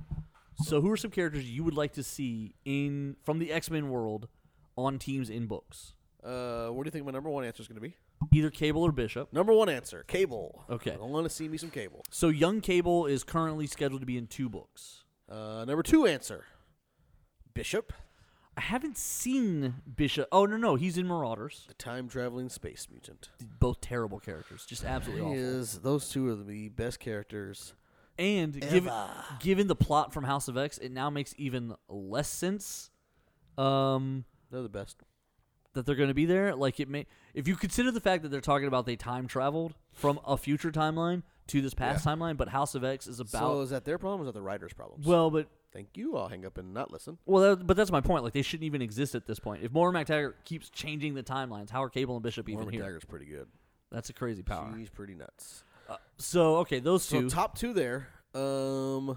B: So who are some characters you would like to see in from the X Men world on teams in books?
A: Uh, what do you think my number one answer is going to be?
B: Either Cable or Bishop.
A: Number one answer: Cable.
B: Okay.
A: I want to see me some Cable.
B: So young Cable is currently scheduled to be in two books.
A: Uh, number two answer: Bishop,
B: I haven't seen Bishop. Oh no, no, he's in Marauders.
A: the time traveling space mutant.
B: Both terrible characters, just absolutely awful.
A: Is those two are the best characters?
B: And given, given the plot from House of X, it now makes even less sense um,
A: They're the best.
B: that they're going to be there. Like it may, if you consider the fact that they're talking about they time traveled from a future timeline to this past timeline, but House of X is
A: so
B: about
A: is that their problem? Or is that the writer's problem?
B: well, but
A: Thank you. I'll hang up and not listen.
B: well, that, but that's my point. Like they shouldn't even exist at this point. If Moira McTaggart keeps changing the timelines, how are Cable and Bishop even
A: Norma
B: here?
A: Dagger's pretty good.
B: That's a crazy power.
A: She's pretty nuts.
B: So okay, those
A: So
B: two.
A: top two there. Um, are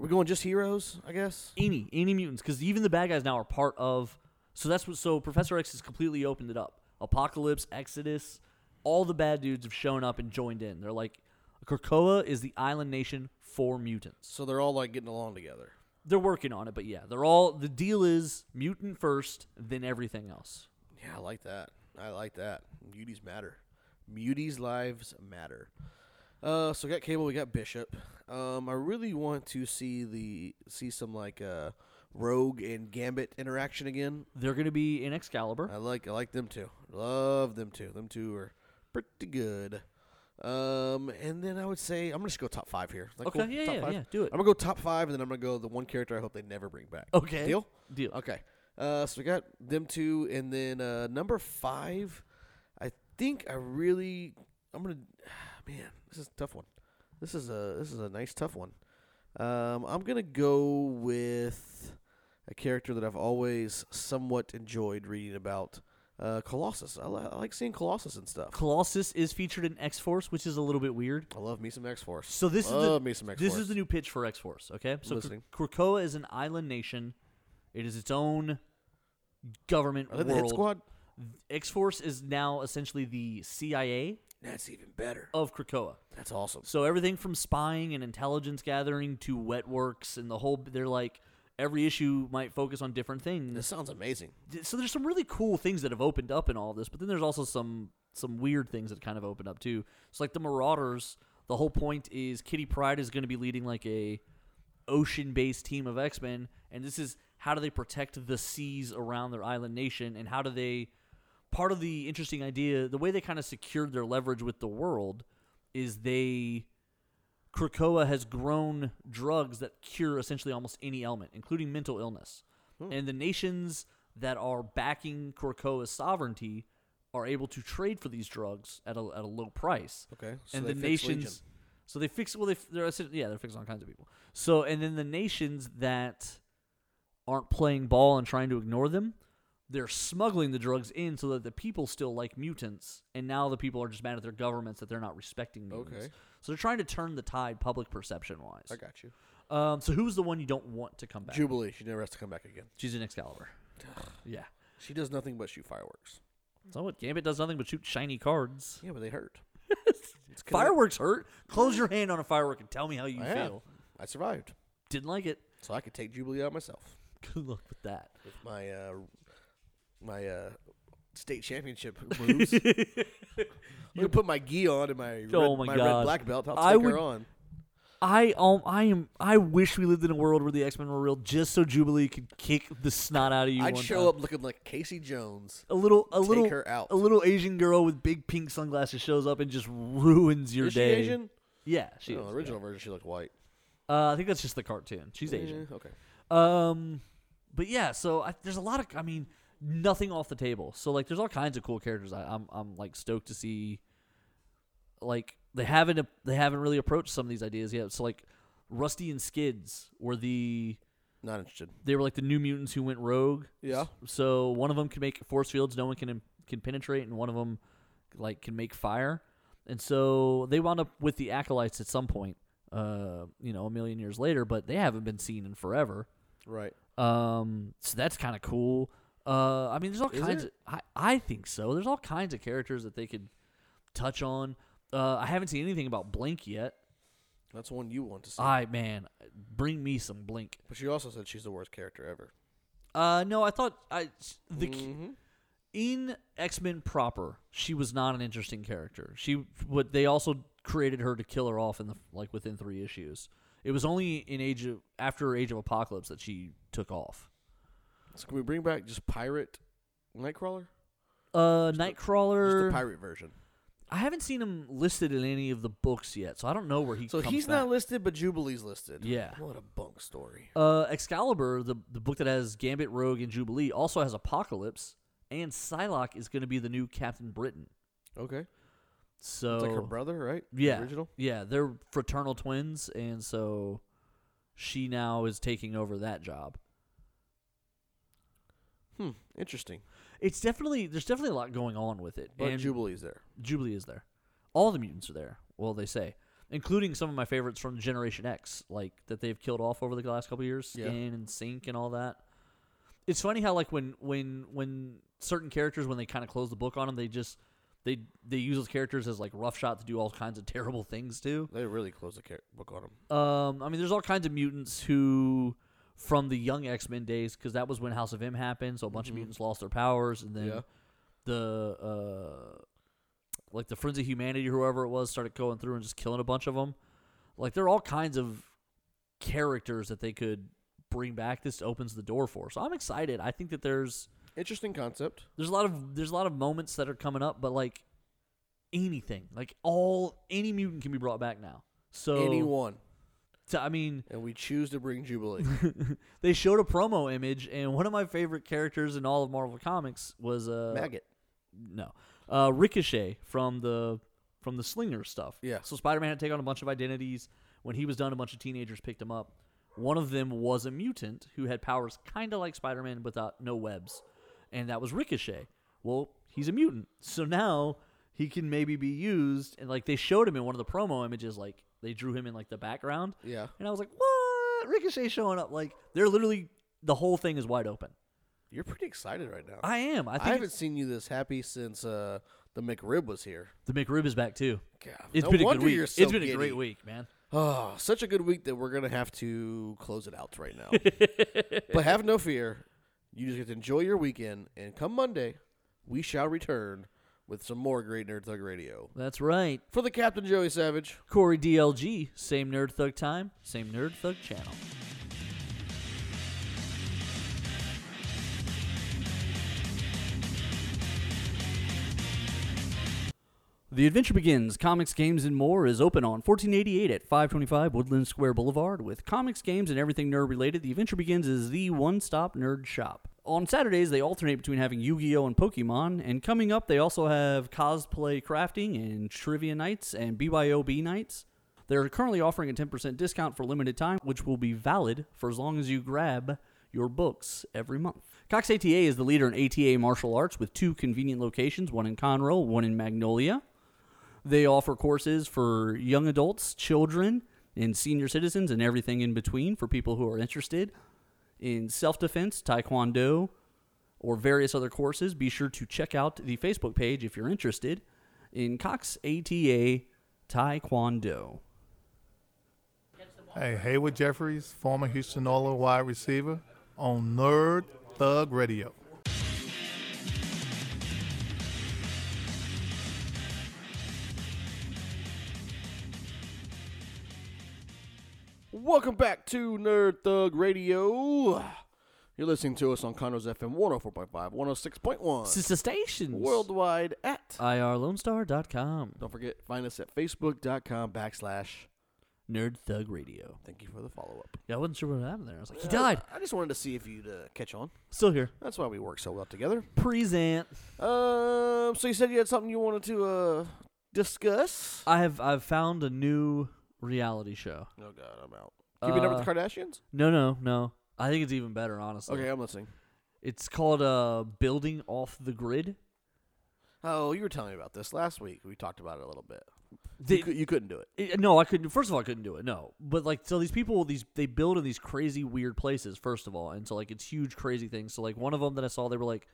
A: we going just heroes? I guess.
B: any any mutants because even the bad guys now are part of so that's what so professor x has completely opened it up apocalypse exodus all the bad dudes have shown up and joined in they're like krakoa is the island nation for mutants
A: So they're all like getting along together.
B: they're working on it but yeah they're all the deal is mutant first then everything else
A: Yeah, I like that. I like that. Muties matter. Muties lives matter. Uh, so we got Cable, we got Bishop. Um, I really want to see the see some like uh, Rogue and Gambit interaction again.
B: they're gonna be in excalibur
A: I like I like them too. Love them too. Them two are pretty good. Um, and then I would say I'm gonna just go top five here. Is that
B: Okay,
A: cool?
B: yeah,
A: top
B: yeah,
A: five?
B: yeah, do it.
A: I'm gonna go top five, and then I'm gonna go the one character I hope they never bring back.
B: Okay.
A: Uh, deal,
B: Deal.
A: Okay, uh, so we got them two, and then uh, number five. I think I really I'm gonna man, this is a tough one. This is a this is a nice tough one. Um, I'm gonna go with a character that I've always somewhat enjoyed reading about. Uh, Colossus. I, li- I like seeing Colossus and stuff.
B: colossus is featured in x-force which is a little bit weird
A: I love me some X Force.
B: So this
A: Love me
B: is
A: some
B: the,
A: X-Force.
B: this is the new pitch for X Force. Okay, so Kra-
A: Listening.
B: Krakoa is an island nation. It is its own government
A: Are they
B: world.
A: the hit squad?
B: X Force is now essentially the CIA
A: That's even better.
B: of Krakoa.
A: That's awesome.
B: So everything from spying and intelligence gathering to wet works and the whole they're like every issue might focus on different
A: This
B: things.
A: sounds amazing.
B: So there's some really cool things that have opened up in all this, but then there's also some some weird things that kind of opened up too. So like the Marauders, the whole point is Kitty Pride is going to be leading like a ocean based team of X Men, and this is how do they protect the seas around their island nation, and how do they part of the interesting idea, the way they kind of secured their leverage with the world is they Krakoa has grown drugs that cure essentially almost any ailment, including mental illness.
A: Hmm.
B: And the nations that are backing Krakoa's sovereignty are able to trade for these drugs at a, at a low price.
A: Okay, so
B: and
A: they
B: the
A: fix Legion.
B: nations. So they fix. Well, they, f- they're essentially- yeah, they're fixing all kinds of people. So and then the nations that aren't playing ball and trying to ignore them, they're smuggling the drugs in so that the people still like mutants, and now the people are just mad at their governments that they're not respecting mutants.
A: Okay.
B: So they're trying to turn the tide, public perception wise.
A: I got you.
B: Um, so who's the one you don't want to come back?
A: Jubilee. She never has to come back again.
B: She's in Excalibur. yeah.
A: She does nothing but shoot fireworks.
B: So what? Gambit does nothing but shoot shiny cards.
A: Yeah, but they hurt. It's connect-
B: Fireworks hurt. Close your hand on a firework and tell me how you
A: I have.
B: feel.
A: I survived,
B: Didn't like it.
A: so I could take Jubilee out myself
B: Good luck with that.
A: with my uh, my uh, state championship moves. I'm gonna put my gi on and my red,
B: Oh my
A: red
B: gosh.
A: black belt. I'll take
B: I would-
A: her on.
B: I um I am I wish we lived in a world where the X Men were real, just so Jubilee could kick the snot out of you.
A: I'd
B: one
A: show
B: time.
A: up looking like Casey Jones.
B: A little, a
A: Take
B: little,
A: her out.
B: a little Asian girl with big pink sunglasses shows up and just ruins your
A: Is she
B: day.
A: Asian?
B: Yeah, she.
A: No,
B: is,
A: the original version she looked white.
B: yeah. Uh, I think that's just the cartoon. She's Asian.
A: Eh, okay.
B: Um, but yeah, so I, there's a lot of, I mean, nothing off the table. So like, there's all kinds of cool characters. I, I'm, I'm like stoked to see. Like they haven't, they haven't really approached some of these ideas yet. So like, Rusty and Skids were the,
A: Not interested.
B: they were like the new mutants who went rogue.
A: Yeah.
B: So one of them can make force fields no one can can penetrate, and one of them like can make fire. And so they wound up with the acolytes at some point, uh, you know, a million years later. But they haven't been seen in forever.
A: Right.
B: Um, so that's kind of cool. Uh, I mean, there's all
A: Is
B: kinds.
A: it?
B: Of, I I think so. There's all kinds of characters that they could touch on. Uh, I haven't seen anything about Blink yet.
A: That's one you want to see.
B: I man, bring me some Blink.
A: but she also said she's the worst character ever. Mm-hmm.
B: Uh, no, I thought I the in X Men proper, she was not an interesting character. She what they also created her to kill her off in the like within three issues. It was only in Age of after Age of Apocalypse that she took off.
A: So can we bring back just pirate Nightcrawler?
B: Uh,
A: Just the
B: Nightcrawler.
A: pirate version.
B: I haven't seen him listed in any of the books yet, so I don't know where he.
A: So
B: comes
A: he's
B: back.
A: not listed, but Jubilee's listed.
B: Yeah.
A: What a bunk story.
B: Uh, Excalibur, the the book that has Gambit, Rogue, and Jubilee, also has Apocalypse, and Psylocke is going to be the new Captain Britain.
A: Okay.
B: So
A: It's like her brother, right? The
B: Yeah.
A: Original.
B: Yeah, they're fraternal twins, and so she now is taking over that job.
A: Hmm. Interesting.
B: It's definitely there's definitely a lot going on with it.
A: But
B: and
A: Jubilee's there.
B: Jubilee is there. All the mutants are there. Well, they say, including some of my favorites from Generation X, like that they've killed off over the last couple of years,
A: Yeah.
B: Skin and Sync and all that. It's funny how like when when when certain characters when they kind of close the book on them, they just they they use those characters as like rough shot to do all kinds of terrible things too.
A: They really closed the char- book on him.
B: Um, I mean, there's all kinds of mutants who, from the young X Men days, because that was when House of M happened. So a bunch of mutants lost their powers, and then
A: Yeah.
B: the uh, like the Friends of Humanity, or whoever it was, started going through and just killing a bunch of them. Like there are all kinds of characters that they could bring back. This opens the door for. So I'm excited. I think that there's
A: Interesting concept.
B: there's a lot of there's a lot of moments that are coming up, but like anything, like all any mutant can be brought back now. So
A: Anyone.
B: so, I mean.
A: And we choose to bring Jubilee.
B: they showed a promo image, and one of my favorite characters in all of Marvel Comics was uh
A: Maggot.
B: no uh, Ricochet from the from the Slinger stuff.
A: Yeah.
B: So Spider Man had to take on a bunch of identities. When he was done, a bunch of teenagers picked him up. One of them was a mutant who had powers kind of like Spider Man, without no webs, and that was Ricochet. Well, he's a mutant, so now he can maybe be used. And like they showed him in one of the promo images, like they drew him in like the background.
A: Yeah.
B: And I was like, what? Ricochet showing up. Like, they're literally, the whole thing is wide open.
A: You're pretty excited right now.
B: I am. I
A: I,
B: think
A: haven't
B: it's,
A: seen you this happy since uh, the McRib was here.
B: the McRib is back, too.
A: God,
B: It's
A: no
B: been a good
A: wonder
B: week.
A: you're
B: It's
A: so
B: been a
A: giddy.
B: great week, man.
A: Oh, such a good week that we're gonna have to close it out right now. but have no fear. You just get to enjoy your weekend, and come Monday, we shall return with some more great Nerd Thug Radio.
B: That's right.
A: For the Captain Joey Savage,
B: Corey DLG, same Nerd Thug time, same Nerd Thug channel.
D: The Adventure Begins Comics, Games, and More is open on 1488 at 525 Woodland Square Boulevard. With comics, games, and everything nerd related, The Adventure Begins is the one stop nerd shop. On Saturdays, they alternate between having Yu Gi Oh! and Pokemon, and coming up, they also have cosplay crafting and trivia nights and BYOB nights. They're currently offering a 10% discount for limited time, which will be valid for as long as you grab your books every month. Cox ATA is the leader in ATA martial arts with two convenient locations, one in Conroe, one in Magnolia. They offer courses for young adults, children, and senior citizens, and everything in between for people who are interested in self defense, taekwondo, or various other courses. Be sure to check out the Facebook page if you're interested in Cox ATA Taekwondo.
F: Hey, Hayward Jeffries, former Houston Oilers wide receiver, on Nerd Thug Radio.
A: Welcome back to Nerd Thug Radio. You're listening to us on Conroe's FM 104.5, 106.1,
B: Sister stations.
A: worldwide at.
B: IRLoneStar.com.
A: Don't forget, find us at facebook.com backslash.
D: Nerd Thug Radio.
A: Thank you for the follow up.
B: Yeah, I wasn't sure what happened there. I was like, he died.
A: I just wanted to see if you'd uh, catch on.
B: Still here.
A: That's why we work so well together.
B: Present.
A: Um, so you said you had something you wanted to uh, discuss?
B: I have I've found a new reality show.
A: Oh, God, I'm out. Keeping up with the Kardashians?
B: No, no, no. I think it's even better, honestly.
A: Uh, Okay, I'm listening.
B: It's called uh, Building Off the Grid.
A: Oh, you were telling me about this last week. We talked about it a little bit.
B: They-
A: you, cou- you couldn't do it.
B: Eh, no, I couldn't. First of all, I couldn't do it. No, but like, so these people, these they build in these crazy, weird places. First of all, and so like, it's huge, crazy things. So like, one of them that I saw, they were like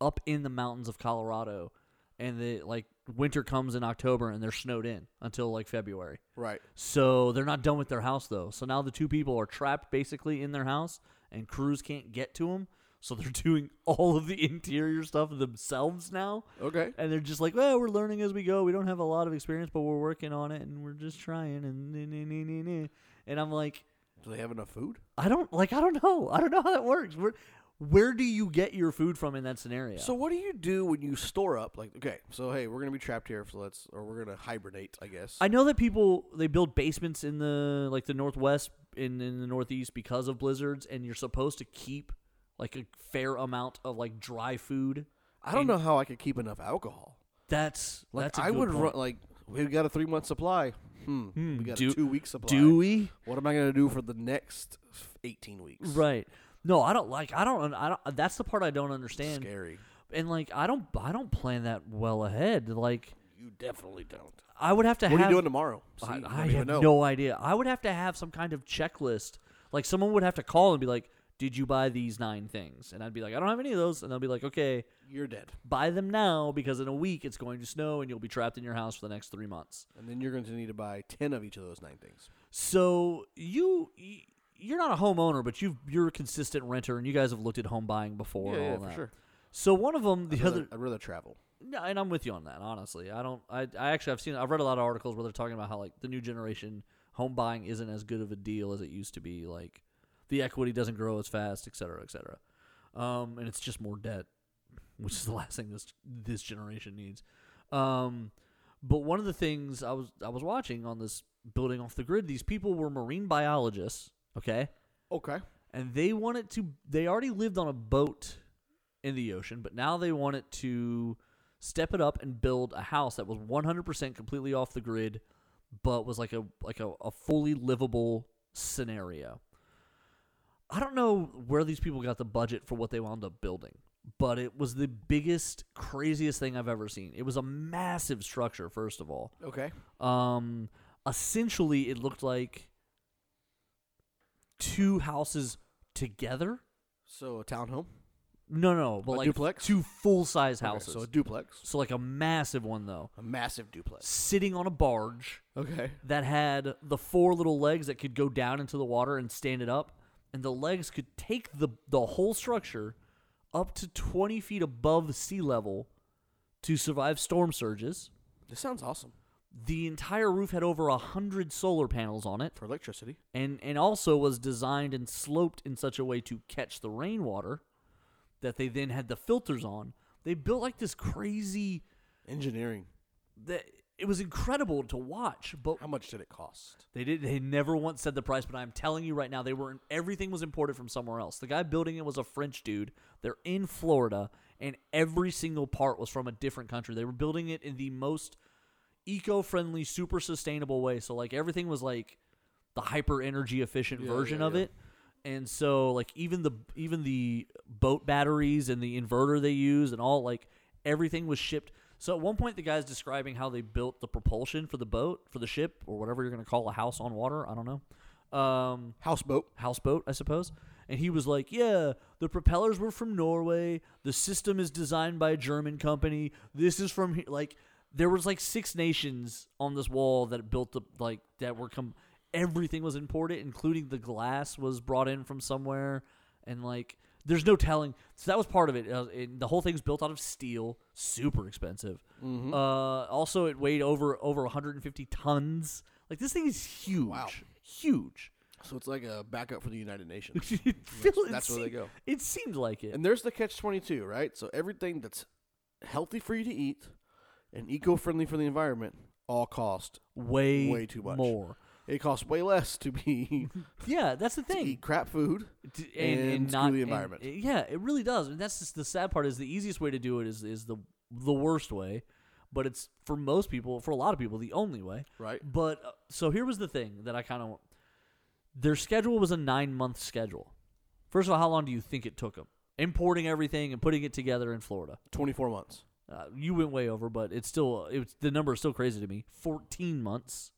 B: up in the mountains of Colorado, and they like winter comes in October, and they're snowed in until like February.
A: Right.
B: So they're not done with their house though. So now the two people are trapped basically in their house, and crews can't get to them. So they're doing all of the interior stuff themselves now.
A: Okay.
B: And they're just like, well, we're learning as we go. We don't have a lot of experience, but we're working on it, and we're just trying. And nah, nah, nah, nah, nah." and I'm like,
A: Do they have enough food?
B: I don't like, I don't know, I don't know how that works. Where, where do you get your food from in that scenario?
A: So what do you do when you store up? Like, okay, so hey, we're gonna be trapped here, so let's, or we're gonna hibernate, I guess.
B: I know that people they build basements in the like the northwest and in the northeast because of blizzards, and you're supposed to keep like a fair amount of like dry food.
A: I don't know how I could keep enough alcohol.
B: That's
A: Like,
B: that's a
A: I
B: good
A: would
B: point.
A: run like we've got a three month supply. Hmm,
B: Hmm,
A: we got
B: do-
A: a two week supply.
B: do we?
A: What am I gonna do for the next eighteen weeks?
B: Right. No, I don't like. I don't. I don't. That's the part I don't understand.
A: Scary.
B: and like I don't I don't plan that well ahead. Like
A: You definitely don't.
B: I would have to
A: What are
B: have
A: you doing tomorrow? See,
B: I,
A: you
B: I
A: don't even
B: have
A: know.
B: no idea. I would have to have some kind of checklist. Like someone would have to call and be like, "Did you buy these nine things?" And I'd be like, "I don't have any of those." And they'll be like, "Okay,
A: You're dead,
B: buy them now because in a week it's going to snow and you'll be trapped in your house for the next 3 months."
A: and then you're going to need to buy ten of each of those nine things.
B: So, you y- you're not a homeowner, but you you're a consistent renter and you guys have looked at home buying before and
A: Yeah, yeah,
B: all
A: for
B: that.
A: sure.
B: So one of them, the
A: I'd
B: other
A: rather, I'd rather travel.
B: No, and I'm with you on that. Honestly, I don't. I, I actually I've seen I've read a lot of articles where they're talking about how like the new generation home buying isn't as good of a deal as it used to be. Like the equity doesn't grow as fast, et cetera, et cetera. Um, and it's just more debt, which is the last thing this this generation needs. Um, but one of the things I was I was watching on this building off the grid, these people were marine biologists. Okay,
A: Okay.
B: and they wanted to they already lived on a boat in the ocean but now they wanted to step it up and build a house that was 100% completely off the grid but was like a like a, a fully livable scenario i don't know where these people got the budget for what they wound up building but it was the biggest craziest thing i've ever seen it was a massive structure first of all
A: Okay.
B: um, essentially, it looked like two houses together.
A: So a townhome.
B: No, no, but
A: A
B: like
A: duplex?
B: two full size
A: Okay,
B: houses.
A: so a
B: so,
A: duplex.
B: like a massive one though,
A: A massive duplex.
B: sitting on a barge
A: Okay.
B: that had the four little legs that could go down into the water and stand it up, and the legs could take the the whole structure up to twenty feet above sea level to survive storm surges.
A: This sounds awesome
B: The entire roof had over a hundred solar panels on it.
A: for electricity.
B: and and also was designed and sloped in such a way to catch the rainwater that they then had the filters on. They built like this crazy
A: Engineering.
B: that it was incredible to watch, but
A: How much did it cost?
B: they did they never once said the price, but I'm telling you right now, they were everything was imported from somewhere else. The guy building it was a French dude. They're in Florida and every single part was from a different country. They were building it in the most eco-friendly, super sustainable way. So like everything was like the hyper energy efficient version of it. And so like even the even the boat batteries and the inverter they use and all like everything was shipped. So at one point the guy's describing how they built the propulsion for the boat, for the ship or whatever you're going to call a house on water, I don't know. Um
A: Houseboat.
B: houseboat, I suppose. And he was like, "Yeah, the propellers were from Norway. The system is designed by a German company. This is from he-" like there was like six nations on this wall that built the like that were come everything was imported, including the glass was brought in from somewhere and like there's no telling. So that was part of it. Uh, it- the whole thing's built out of steel, super expensive. Uh, also, it weighed over over 150 tons. Like this thing is huge, huge.
A: So it's like a backup for the United Nations.
B: It feel- it
A: that's where they
B: seemed-
A: go.
B: It seemed like it.
A: And there's the catch 22, right? So everything that's healthy for you to eat and eco-friendly for the environment all cost.
B: way,
A: way too much.
B: more.
A: It costs way less to be
B: Yeah, that's the
A: to
B: thing.
A: eat crap food
B: D-
A: and, screw the environment.
B: and- yeah, it really does. And that's just the sad part is the easiest way to do it is is the the worst way, but it's for most people, for a lot of people, the only way.
A: Right.
B: But uh, so here was the thing that I kind of their schedule was a nine month schedule. First of all, how long do you think it took them importing everything and putting it together in Florida?
A: 24 months.
B: Uh, you went way over, but it's still it's the number is still crazy to me. Fourteen months.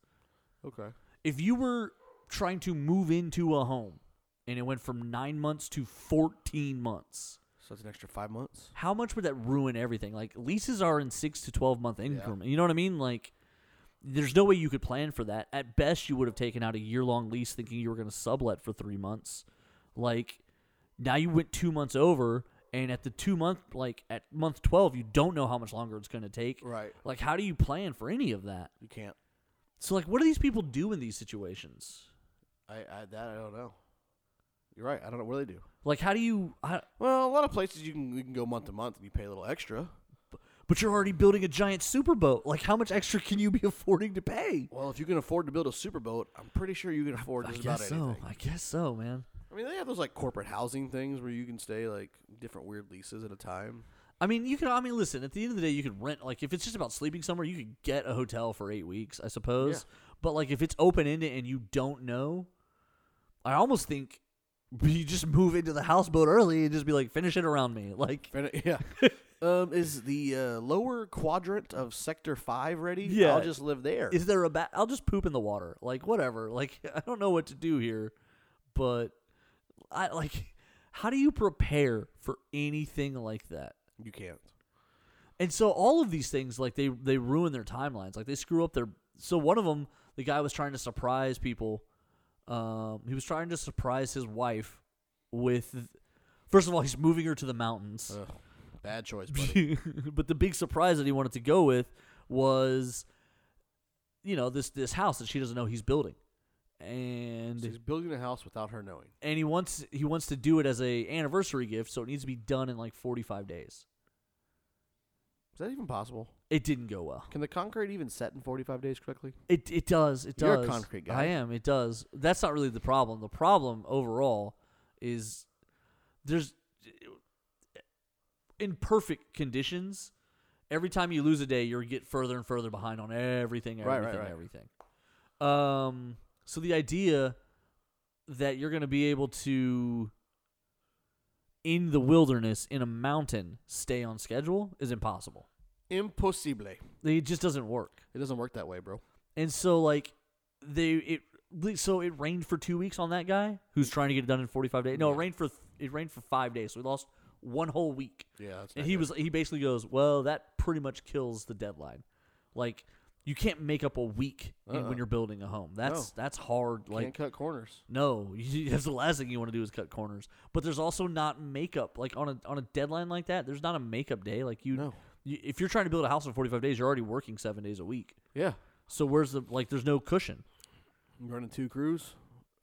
A: Okay.
B: if you were trying to move into a home and it went from nine months to 14 months
A: So that's an extra 5 months.
B: how much would that ruin everything like leases are in six to 12 month increment you know what i mean like there's no way you could plan for that at best you would have taken out a year long lease thinking you were going to sublet for three months like now you went two months over and at the two month like at month 12 you don't know how much longer it's going to take
A: Right.
B: like how do you plan for any of that
A: You can't
B: so like what do these people do in these situations
A: I, I that I don't know. You're right. I don't know what they do.
B: Like, how do you? I,
A: Well, a lot of places you can you can go month to month and you pay a little extra.
B: but you're already building a giant super boat. Like, how much extra can you be affording to pay?
A: Well, if you can afford to build a superboat, I'm pretty sure you can afford
B: I
A: just about
B: guess so.
A: anything.
B: I guess so, man.
A: I mean, they have those like corporate housing things where you can stay like different weird leases at a time.
B: I mean, you can. I mean, listen. At the end of the day, you could rent. Like, if it's just about sleeping somewhere, you could get a hotel for eight weeks, I suppose. But like, if it's open ended and you don't know, I almost think you just move into the houseboat early and just be like, finish it around me. Like,
A: Fair enough, Yeah. um, is the uh, lower quadrant of Sector Five ready?
B: Yeah.
A: I'll just live there.
B: is there a bat? I'll just poop in the water. Like whatever. Like I don't know what to do here, but I like. How do you prepare for anything like that?
A: you can't.
B: And so all of these things, like they they ruin their timelines. Like they screw up their. So one of them, the guy was trying to surprise people. Um, he was trying to surprise his wife with. First of all, he's moving her to the mountains.
A: Bad choice, buddy.
B: but the big surprise that he wanted to go with was, you know, this this house that she doesn't know he's building, and
A: So he's building a house without her knowing.
B: and he wants he wants to do it as a anniversary gift, so it needs to be done in like forty five days.
A: Is that even possible?
B: It didn't go well.
A: Can the concrete even set in 45 days correctly?
B: It it does it
A: You're a
B: does.
A: concrete guy.
B: I am. It does. That's not really the problem. The problem overall is there's in perfect conditions. Every time you lose a day, you get further and further behind on everything,
A: Right, right,
B: everything,
A: right.
B: everything. Um. So the idea that you're going to be able to in the wilderness in a mountain stay on schedule is impossible.
A: Impossible.
B: It just doesn't work.
A: It doesn't work that way, bro.
B: And so like they it li- so it rained for two weeks on that guy who's trying to get it done in forty five days. No, it rained for th- it rained for five days, so we lost one whole week.
A: Yeah, that's
B: and
A: not
B: he was he basically goes, well, that pretty much kills the deadline. Like you can't make up a week in, when you're building a home. That's that's hard. Like
A: Uh-uh. Can't cut corners.
B: no, you, that's the last thing you want to do is cut corners. But there's also not makeup like on a on a deadline like that. There's not a makeup day. Like you,
A: No.
B: you if you're trying to build a house in 45 days, you're already working seven days a week.
A: Yeah.
B: So where's the like? There's no cushion.
A: I'm running two crews.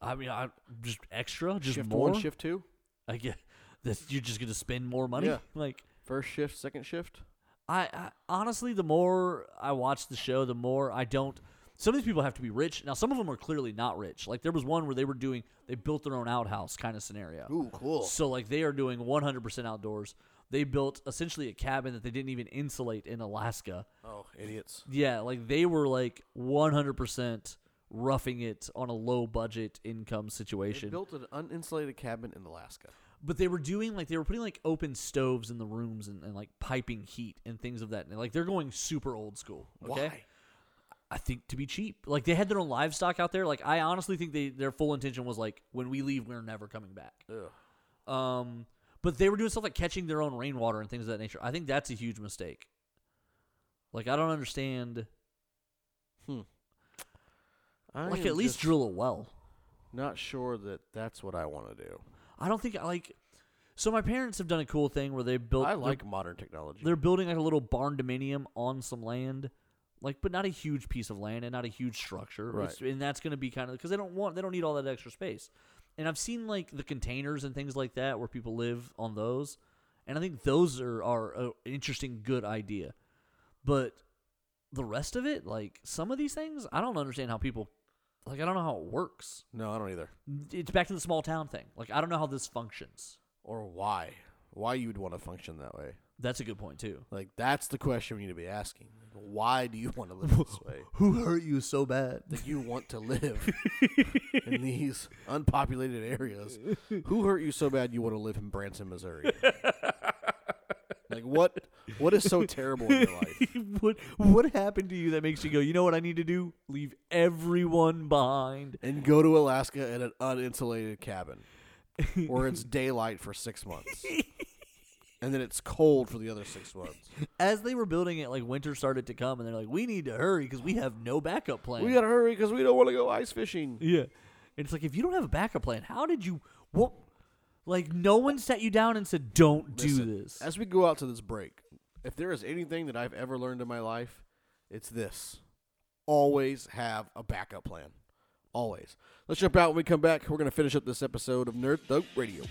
B: I mean, I just extra, just
A: shift
B: more.
A: one, shift two.
B: I get that you're just gonna spend more money.
A: Yeah.
B: Like
A: First shift, second shift.
B: I, I honestly, the more I watch the show, the more I don't. Some of these people have to be rich. Now, some of them are clearly not rich. Like there was one where they were doing they built their own outhouse kind of scenario.
A: Ooh, cool.
B: So like they are doing 100% outdoors. They built essentially a cabin that they didn't even insulate in Alaska.
A: Oh, idiots.
B: Yeah, like they were like 100% roughing it on a low budget income
A: They
B: situation.
A: built an uninsulated cabin in Alaska.
B: but they were doing like they were putting like open stoves in the rooms and, and like piping heat and things of that. Like they're going super old school. Okay?
A: Why?
B: I think to be cheap. Like they had their own livestock out there. Like I honestly think they their full intention was like when we leave we're never coming back. Um but they were doing stuff like catching their own rainwater and things of that nature. I think that's a huge mistake. Like I don't understand.
A: I
B: Like
A: am
B: at least
A: just
B: drill a well.
A: Not sure that that's what I want to do.
B: I don't think I like so my parents have done a cool thing where they built
A: I
B: their-
A: like modern technology.
B: they're building like a little barn dominium on some land like but not a huge piece of land and not a huge structure
A: Right.
B: It's- and that's going to be kind of because they don't want they don't need all that extra space and i've seen like the containers and things like that where people live on those and i think those are are an interesting good idea but the rest of it like some of these things i don't understand how people like i don't know how it works
A: no, I don't either.
B: it's back to the small town thing like i don't know how this functions
A: Or why? Why you'd want to function that way?
B: that's a good point too
A: Like that's the question we need to be asking. Why do you want to live this way?
B: who hurt you so bad
A: That you want to live in these unpopulated areas. Who hurt you so bad you want to live in Branson, Missouri? like what? What is so terrible in your life?
B: what what happened to you that makes you go, you know what I need to do? Leave everyone behind.
A: and go to Alaska in an uninsulated cabin where it's daylight for six months. And then it's cold for the other six months.
B: As they were building it, like winter started to come, and they're like, we need to hurry because we have no backup plan.
A: We gotta hurry because we don't want to go ice fishing.
B: yeah. And it's like if you don't have a backup plan, how did you? What? Like no one sat you down and said, don't do this.
A: As we go out to this break, if there is anything that I've ever learned in my life, it's this: always have a backup plan. Always. Let's jump out. When we come back, we're gonna finish up this episode of Nerd Thug Radio.